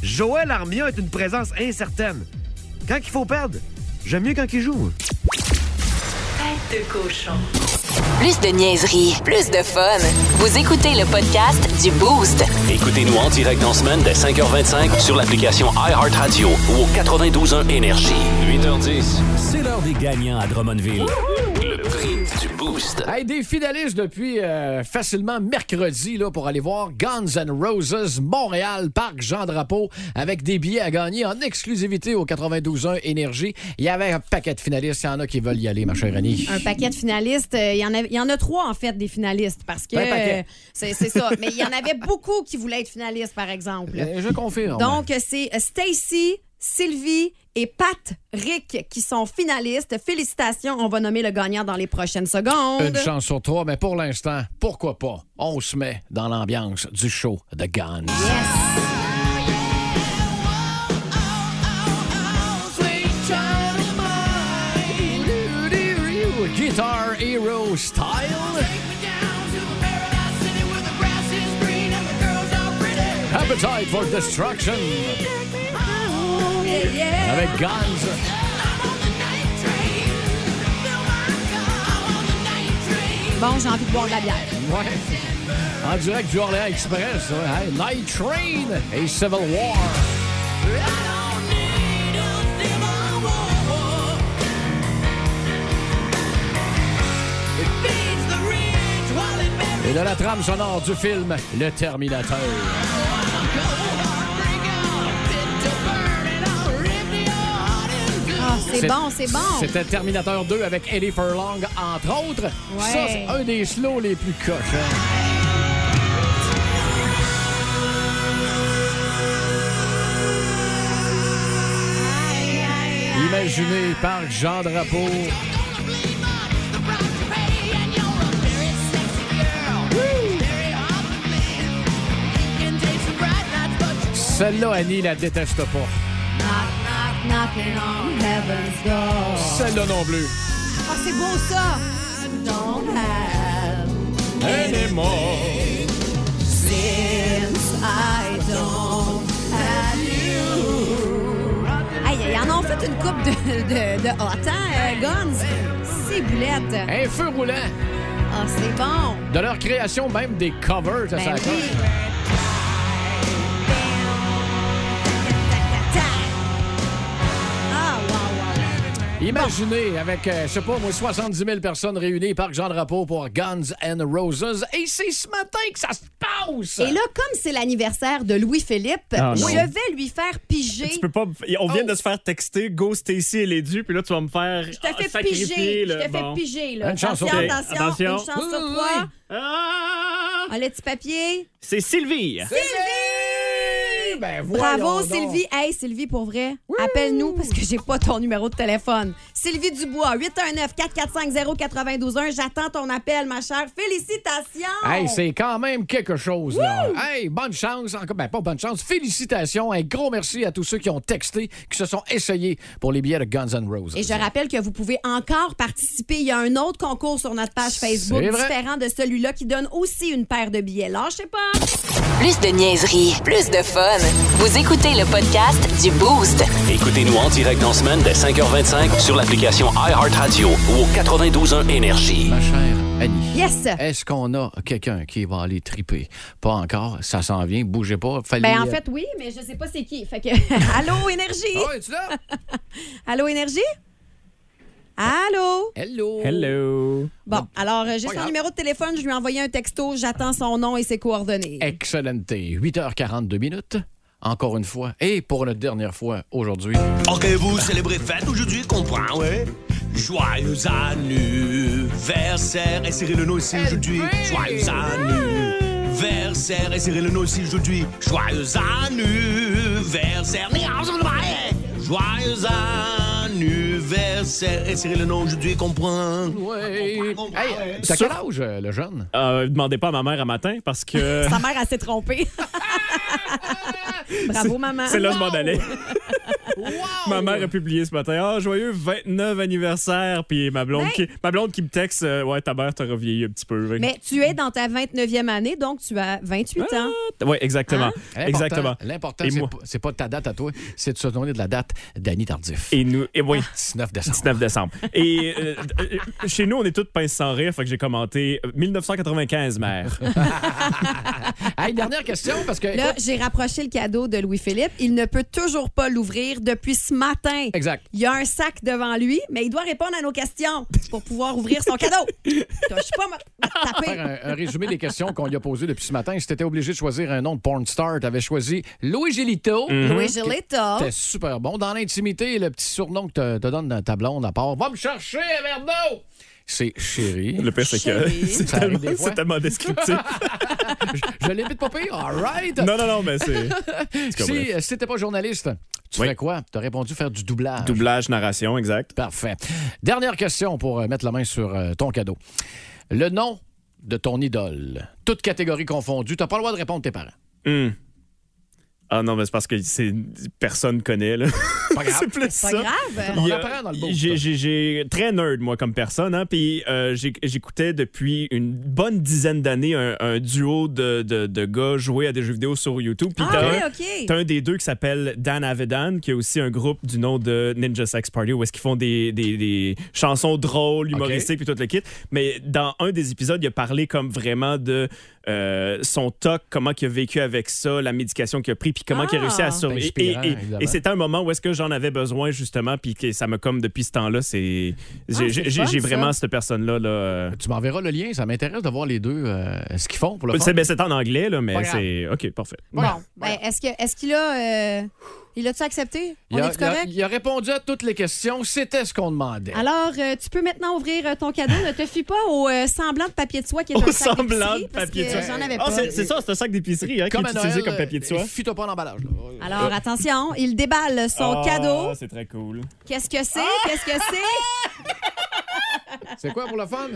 Speaker 13: Joël Armia est une présence incertaine. Quand il faut perdre, j'aime mieux quand il joue.
Speaker 2: de cochon. Plus de niaiserie, plus de fun. Vous écoutez le podcast du Boost.
Speaker 3: Écoutez-nous en direct dans la semaine dès 5h25 sur l'application iHeartRadio ou au 92.1 Énergie. 8h10, c'est l'heure des gagnants à Drummondville. Le prix du Boost.
Speaker 1: Hey, des finalistes depuis euh, facilement mercredi là, pour aller voir Guns N' Roses Montréal, Parc Jean-Drapeau, avec des billets à gagner en exclusivité au 92.1 Énergie. Il y avait un paquet de finalistes. Il y en a qui veulent y aller, ma chère Annie.
Speaker 4: Un paquet de finalistes. euh, Il y, en a- il y en a trois, en fait, des finalistes. Parce que.
Speaker 1: Ben, un paquet.
Speaker 4: euh, C'est c'est ça. Mais il y en avait beaucoup qui voulaient être finalistes, par exemple.
Speaker 1: Euh, Je confirme.
Speaker 4: Donc, c'est euh, Stacy, Sylvie et Pat Rick qui sont finalistes. Félicitations. On va nommer le gagnant dans les prochaines secondes.
Speaker 1: Une chance sur trois, mais pour l'instant, pourquoi pas? On se met dans l'ambiance du show de Guns. Guitar Hero Style. Appetite for Destruction.
Speaker 4: Eh
Speaker 1: Avec Guns.
Speaker 4: Bon, j'ai envie de boire de la bière.
Speaker 1: Ouais. En direct du Orléans Express. ouais, hey, Night Train et Civil War. Et de la trame sonore du film Le Terminateur.
Speaker 4: Ah, c'est bon, c'est bon.
Speaker 1: C'était Terminator 2 avec Ellie Furlong, entre autres.
Speaker 4: Ouais.
Speaker 1: Ça, c'est un des slows les plus cochons. Imaginez par Jean Drapeau. Celle-là, Annie la déteste pas.
Speaker 4: Knocking on heaven's door.
Speaker 1: Celle-là non plus.
Speaker 4: Ah, c'est beau ça. Don't have since I don't have you. Hey, ils en ont fait une coupe de, de, de hot, hein, euh, Guns? Ciboulette.
Speaker 1: Un feu roulant.
Speaker 4: Ah, c'est bon.
Speaker 1: De leur création, même des covers, ça
Speaker 4: Ben
Speaker 1: ça
Speaker 4: oui.
Speaker 1: coche.
Speaker 4: Ah, wow,
Speaker 1: Imaginez, avec, euh, je sais pas, moi, 70 000 personnes réunies par Jean Drapeau pour Guns N' Roses. Et c'est ce matin que ça se passe!
Speaker 4: wow. Et là, comme c'est l'anniversaire de Louis-Philippe,
Speaker 6: Ah, non.
Speaker 4: je vais lui faire piger.
Speaker 6: Tu peux pas. On
Speaker 13: Oh.
Speaker 6: vient de se faire texter Go Stacy et les dus, puis là, tu vas me faire.
Speaker 4: Je te fais piger. Je te fais piger, là.
Speaker 6: Ok,
Speaker 4: Attention, attention. Une chance sur trois. Un petit papier.
Speaker 6: Ah! C'est Sylvie.
Speaker 4: Sylvie!
Speaker 1: Ben,
Speaker 4: Bravo,
Speaker 6: voyons donc.
Speaker 4: Sylvie. Hey, Sylvie, pour vrai, appelle-nous parce que j'ai pas ton numéro de téléphone. Sylvie Dubois, 819-445-0921. J'attends ton appel, ma chère. Félicitations!
Speaker 1: Hey, c'est quand même quelque chose, là. Hey, bonne chance. Encore, ben, pas bonne chance. Félicitations. Un gros merci à tous ceux qui ont texté, qui se sont essayés pour les billets de Guns N' Roses.
Speaker 4: Et je rappelle que vous pouvez encore participer. Il y a un autre concours sur notre page Facebook
Speaker 1: C'est vrai.
Speaker 4: différent de celui-là qui donne aussi une paire de billets. Lâchez pas!
Speaker 2: Plus de niaiserie, plus de fun. Vous écoutez le podcast du Boost.
Speaker 3: Écoutez-nous en direct dans la semaine dès 5h25 sur l'application iHeartRadio ou au 92.1 Énergie.
Speaker 1: Ma chère Annie.
Speaker 4: Yes!
Speaker 1: Est-ce qu'on a quelqu'un qui va aller triper? Pas encore. Ça s'en vient. Bougez pas. Fallait,
Speaker 4: Ben, en
Speaker 1: euh, Oh.
Speaker 4: fait, oui, mais je sais pas [laughs]
Speaker 1: Ah
Speaker 4: c'est qui. Fait que. Allô, Énergie?
Speaker 1: tu là?
Speaker 4: Allô, Énergie? Allô?
Speaker 1: Hello.
Speaker 6: Hello.
Speaker 4: Bon, alors, euh, j'ai
Speaker 1: Pas
Speaker 4: son
Speaker 1: grave.
Speaker 4: numéro de téléphone, je lui ai envoyé un texto, j'attends son nom et ses coordonnées.
Speaker 1: Excellente. 8h42 minutes. Encore une fois, et pour une dernière fois aujourd'hui.
Speaker 14: Ok, vous célébrez fête aujourd'hui, comprends, ouais? Joyeux anniversaire et serrez le nom ici aujourd'hui. Joyeux anniversaire et serrez le nom ici aujourd'hui. Joyeux anniversaire. Ni en jour de bail. Joyeux anniversaire et serrez le nom aujourd'hui, comprends?
Speaker 1: Ouais. Hey, t'as quel âge, euh, le jeune?
Speaker 6: Euh, demandez pas à ma mère à matin
Speaker 4: [laughs]
Speaker 6: parce que.
Speaker 4: Sa mère, elle s'est
Speaker 1: [laughs]
Speaker 4: trompée. Bravo, maman.
Speaker 6: C'est là que je m'en allais. Ma mère a publié ce matin Ah, joyeux 29 anniversaire. Puis ma blonde,
Speaker 4: Mais-
Speaker 6: qui, ma blonde qui me texte euh, Ouais, ta mère t'a revieilli un petit peu. Fait que-
Speaker 4: Mais tu es dans ta 29e année, donc tu as 28
Speaker 1: Ah,
Speaker 4: ans.
Speaker 6: Oui, exactement.
Speaker 4: hein?
Speaker 1: L'important-
Speaker 6: Exactement.
Speaker 1: L'important,
Speaker 6: Et
Speaker 1: c'est
Speaker 6: moi-
Speaker 1: pas- c'est pas de ta date à toi, c'est de se donner de la date d'Annie Tardif.
Speaker 6: Et nous, et oui,
Speaker 1: 19 décembre.
Speaker 6: 19 décembre. Et euh, euh, chez nous, on est tous pince sans rire, fait que j'ai commenté euh,
Speaker 4: [laughs]
Speaker 6: 1995, mère.
Speaker 1: Hey, dernière question, parce que.
Speaker 4: Là,
Speaker 1: écoute,
Speaker 4: j'ai rapproché le cadeau de Louis-Philippe. Il ne peut toujours pas l'ouvrir depuis ce matin.
Speaker 1: Exact.
Speaker 4: Il y a un sac devant lui, mais il doit répondre à nos questions pour pouvoir ouvrir son [laughs] cadeau. Touche pas, ma- ma- taper.
Speaker 1: faire un, un résumé des questions qu'on lui a posées depuis ce matin. Si t'étais obligé de choisir un nom de porn star, t'avais choisi Louis Gilito.
Speaker 6: Mm-hmm.
Speaker 4: Mhm. Louis
Speaker 6: Ah.
Speaker 4: Gilito.
Speaker 1: C'était super bon. Dans l'intimité, le petit surnom que te, te donne ta blonde à part. Va me chercher, Verneau! C'est chérie.
Speaker 6: [laughs] Le pire, c'est que
Speaker 1: Chérie.
Speaker 6: c'est
Speaker 1: Ça
Speaker 6: tellement,
Speaker 1: arrive des fois.
Speaker 6: c'est tellement descriptif.
Speaker 1: je je l'imite pas pire. All right.
Speaker 6: Non, non, non, mais c'est.
Speaker 1: [laughs]
Speaker 6: cas,
Speaker 1: si
Speaker 6: bref.
Speaker 1: euh, si t'étais pas journaliste, tu ferais quoi? T'as répondu faire du doublage.
Speaker 6: Doublage, narration, exact.
Speaker 1: Parfait. Dernière question pour euh, mettre la main sur euh, ton cadeau. Le nom de ton idole, toute catégorie confondue, t'as pas le droit de répondre tes parents.
Speaker 6: Hmm. Ah non, mais c'est parce que c'est... personne connaît, là. [laughs]
Speaker 1: Pas grave.
Speaker 6: c'est plus
Speaker 4: Ah, Pas
Speaker 6: ça.
Speaker 4: grave.
Speaker 1: On
Speaker 6: Il y a-
Speaker 1: apprend dans le beau.
Speaker 6: J'ai- J'ai j'ai- très nerd, moi, comme personne. Hein? Puis euh, j'ai- j'écoutais depuis une bonne dizaine d'années un, un duo de, de- de gars jouer à des jeux vidéo sur YouTube. Puis
Speaker 4: Ah,
Speaker 6: t'as
Speaker 4: ouais,
Speaker 6: un-
Speaker 4: ok.
Speaker 6: t'as un des deux qui s'appelle Dan Avedan, qui est aussi un groupe du nom de Ninja Sex Party, où est-ce qu'ils font des, des- des chansons drôles, humoristiques, puis tout le kit. Mais dans un des épisodes, il a parlé comme vraiment de euh, son toc, comment il a vécu avec ça, la médication qu'il a pris, puis comment il a réussi
Speaker 1: Ah.
Speaker 6: à survivre.
Speaker 1: C'est
Speaker 6: Et-
Speaker 1: inspirant,
Speaker 6: et- et-
Speaker 1: évidemment.
Speaker 6: et c'est c'était un moment où est-ce que j'en avais besoin justement, puis que ça me comme depuis ce temps-là, c'est j'ai-
Speaker 1: Ah, c'est
Speaker 6: j'ai j'ai
Speaker 1: fun, ça.
Speaker 6: vraiment cette personne-là. Là, euh,
Speaker 1: Tu m'enverras le lien, ça m'intéresse de voir les deux euh, ce qu'ils font pour le
Speaker 6: c'est
Speaker 1: fun.
Speaker 6: ben, c'est en anglais là, mais
Speaker 1: Pas grave.
Speaker 6: c'est ok parfait.
Speaker 4: Bon, ben, est-ce que- est-ce qu'il a. euh, il a-tu accepté? On
Speaker 1: Il a,
Speaker 4: est
Speaker 1: il a-
Speaker 4: correct?
Speaker 1: il a répondu à toutes les questions, c'était ce qu'on demandait.
Speaker 4: Alors, euh, tu peux maintenant ouvrir euh, ton cadeau. Ne te fie pas au euh, semblant de papier de soie qui est un
Speaker 6: Au
Speaker 4: sac
Speaker 6: semblant de
Speaker 4: d'épicerie, parce
Speaker 6: papier de
Speaker 4: que
Speaker 6: soie.
Speaker 4: J'en avais
Speaker 6: Ah,
Speaker 4: pas.
Speaker 6: c'est c'est ça, c'est un sac d'épicerie hein, qui est
Speaker 1: à
Speaker 6: utilisé
Speaker 1: Noël,
Speaker 6: comme papier de soie.
Speaker 1: euh, Fuis-toi pas l'emballage. là.
Speaker 4: Alors, attention, il déballe son
Speaker 6: Ah,
Speaker 4: cadeau.
Speaker 6: C'est très cool.
Speaker 4: Qu'est-ce que c'est? Qu'est-ce que c'est?
Speaker 1: C'est quoi pour le fun?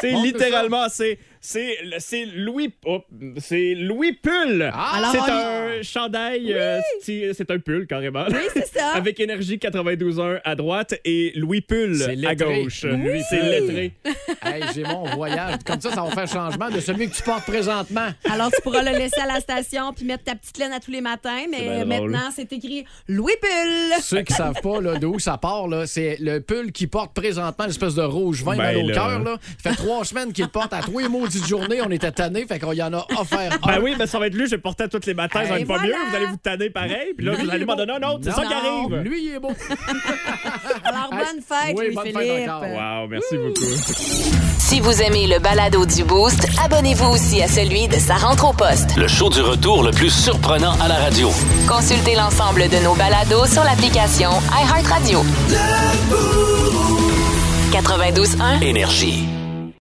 Speaker 6: C'est
Speaker 1: Montre
Speaker 6: littéralement, c'est c'est le- c'est Louis, oh, c'est Louis Pull.
Speaker 1: Ah!
Speaker 6: c'est
Speaker 1: Alors,
Speaker 6: un chandail, euh, c'est c'est un pull carrément.
Speaker 4: Oui, [laughs] c'est ça.
Speaker 6: [laughs] Avec énergie 92.1 à droite et Louis Pull
Speaker 1: C'est
Speaker 6: à
Speaker 1: lettré.
Speaker 6: gauche.
Speaker 1: Louis
Speaker 6: C'est
Speaker 1: Pull.
Speaker 6: lettré.
Speaker 1: [laughs] Hey, j'ai mon voyage. Comme ça, ça va faire changement de celui que tu portes présentement.
Speaker 4: Alors, tu pourras le laisser à la station puis mettre ta petite laine à tous les matins. Mais
Speaker 1: bien drôle.
Speaker 4: maintenant, c'est écrit Louis
Speaker 1: [laughs]
Speaker 4: Bull.
Speaker 1: Ceux qui savent pas là, de où ça part, là, c'est le pull qui porte présentement l'espèce de rouge vin
Speaker 6: Ben
Speaker 1: mal au
Speaker 6: là.
Speaker 1: cœur. là. Ça fait trois semaines qu'il le porte à trois maudites journées. On était tannés, fait qu'on y en a offert un.
Speaker 6: Ben oui, ben ça va être lui, je le portais tous les matins, ça va
Speaker 4: Ah. Et
Speaker 6: être pas
Speaker 4: voilà.
Speaker 6: mieux, vous allez vous tanner pareil, puis là,
Speaker 1: Lui,
Speaker 6: vous
Speaker 1: il est
Speaker 6: allez m'en
Speaker 1: bon.
Speaker 6: donner un autre, c'est ça qui
Speaker 4: Non.
Speaker 6: arrive.
Speaker 1: Lui, il est beau.
Speaker 4: Alors, bonne fête,
Speaker 1: Oui, bonne fête
Speaker 4: Louis-Philippe.
Speaker 1: encore.
Speaker 6: Wow, merci beaucoup.
Speaker 2: Si vous aimez le balado du Boost, abonnez-vous aussi à celui de sa rentre au poste.
Speaker 3: Le show du retour le plus surprenant à la radio.
Speaker 2: Consultez l'ensemble de nos balados sur l'application iHeartRadio. 92.1
Speaker 3: Énergie.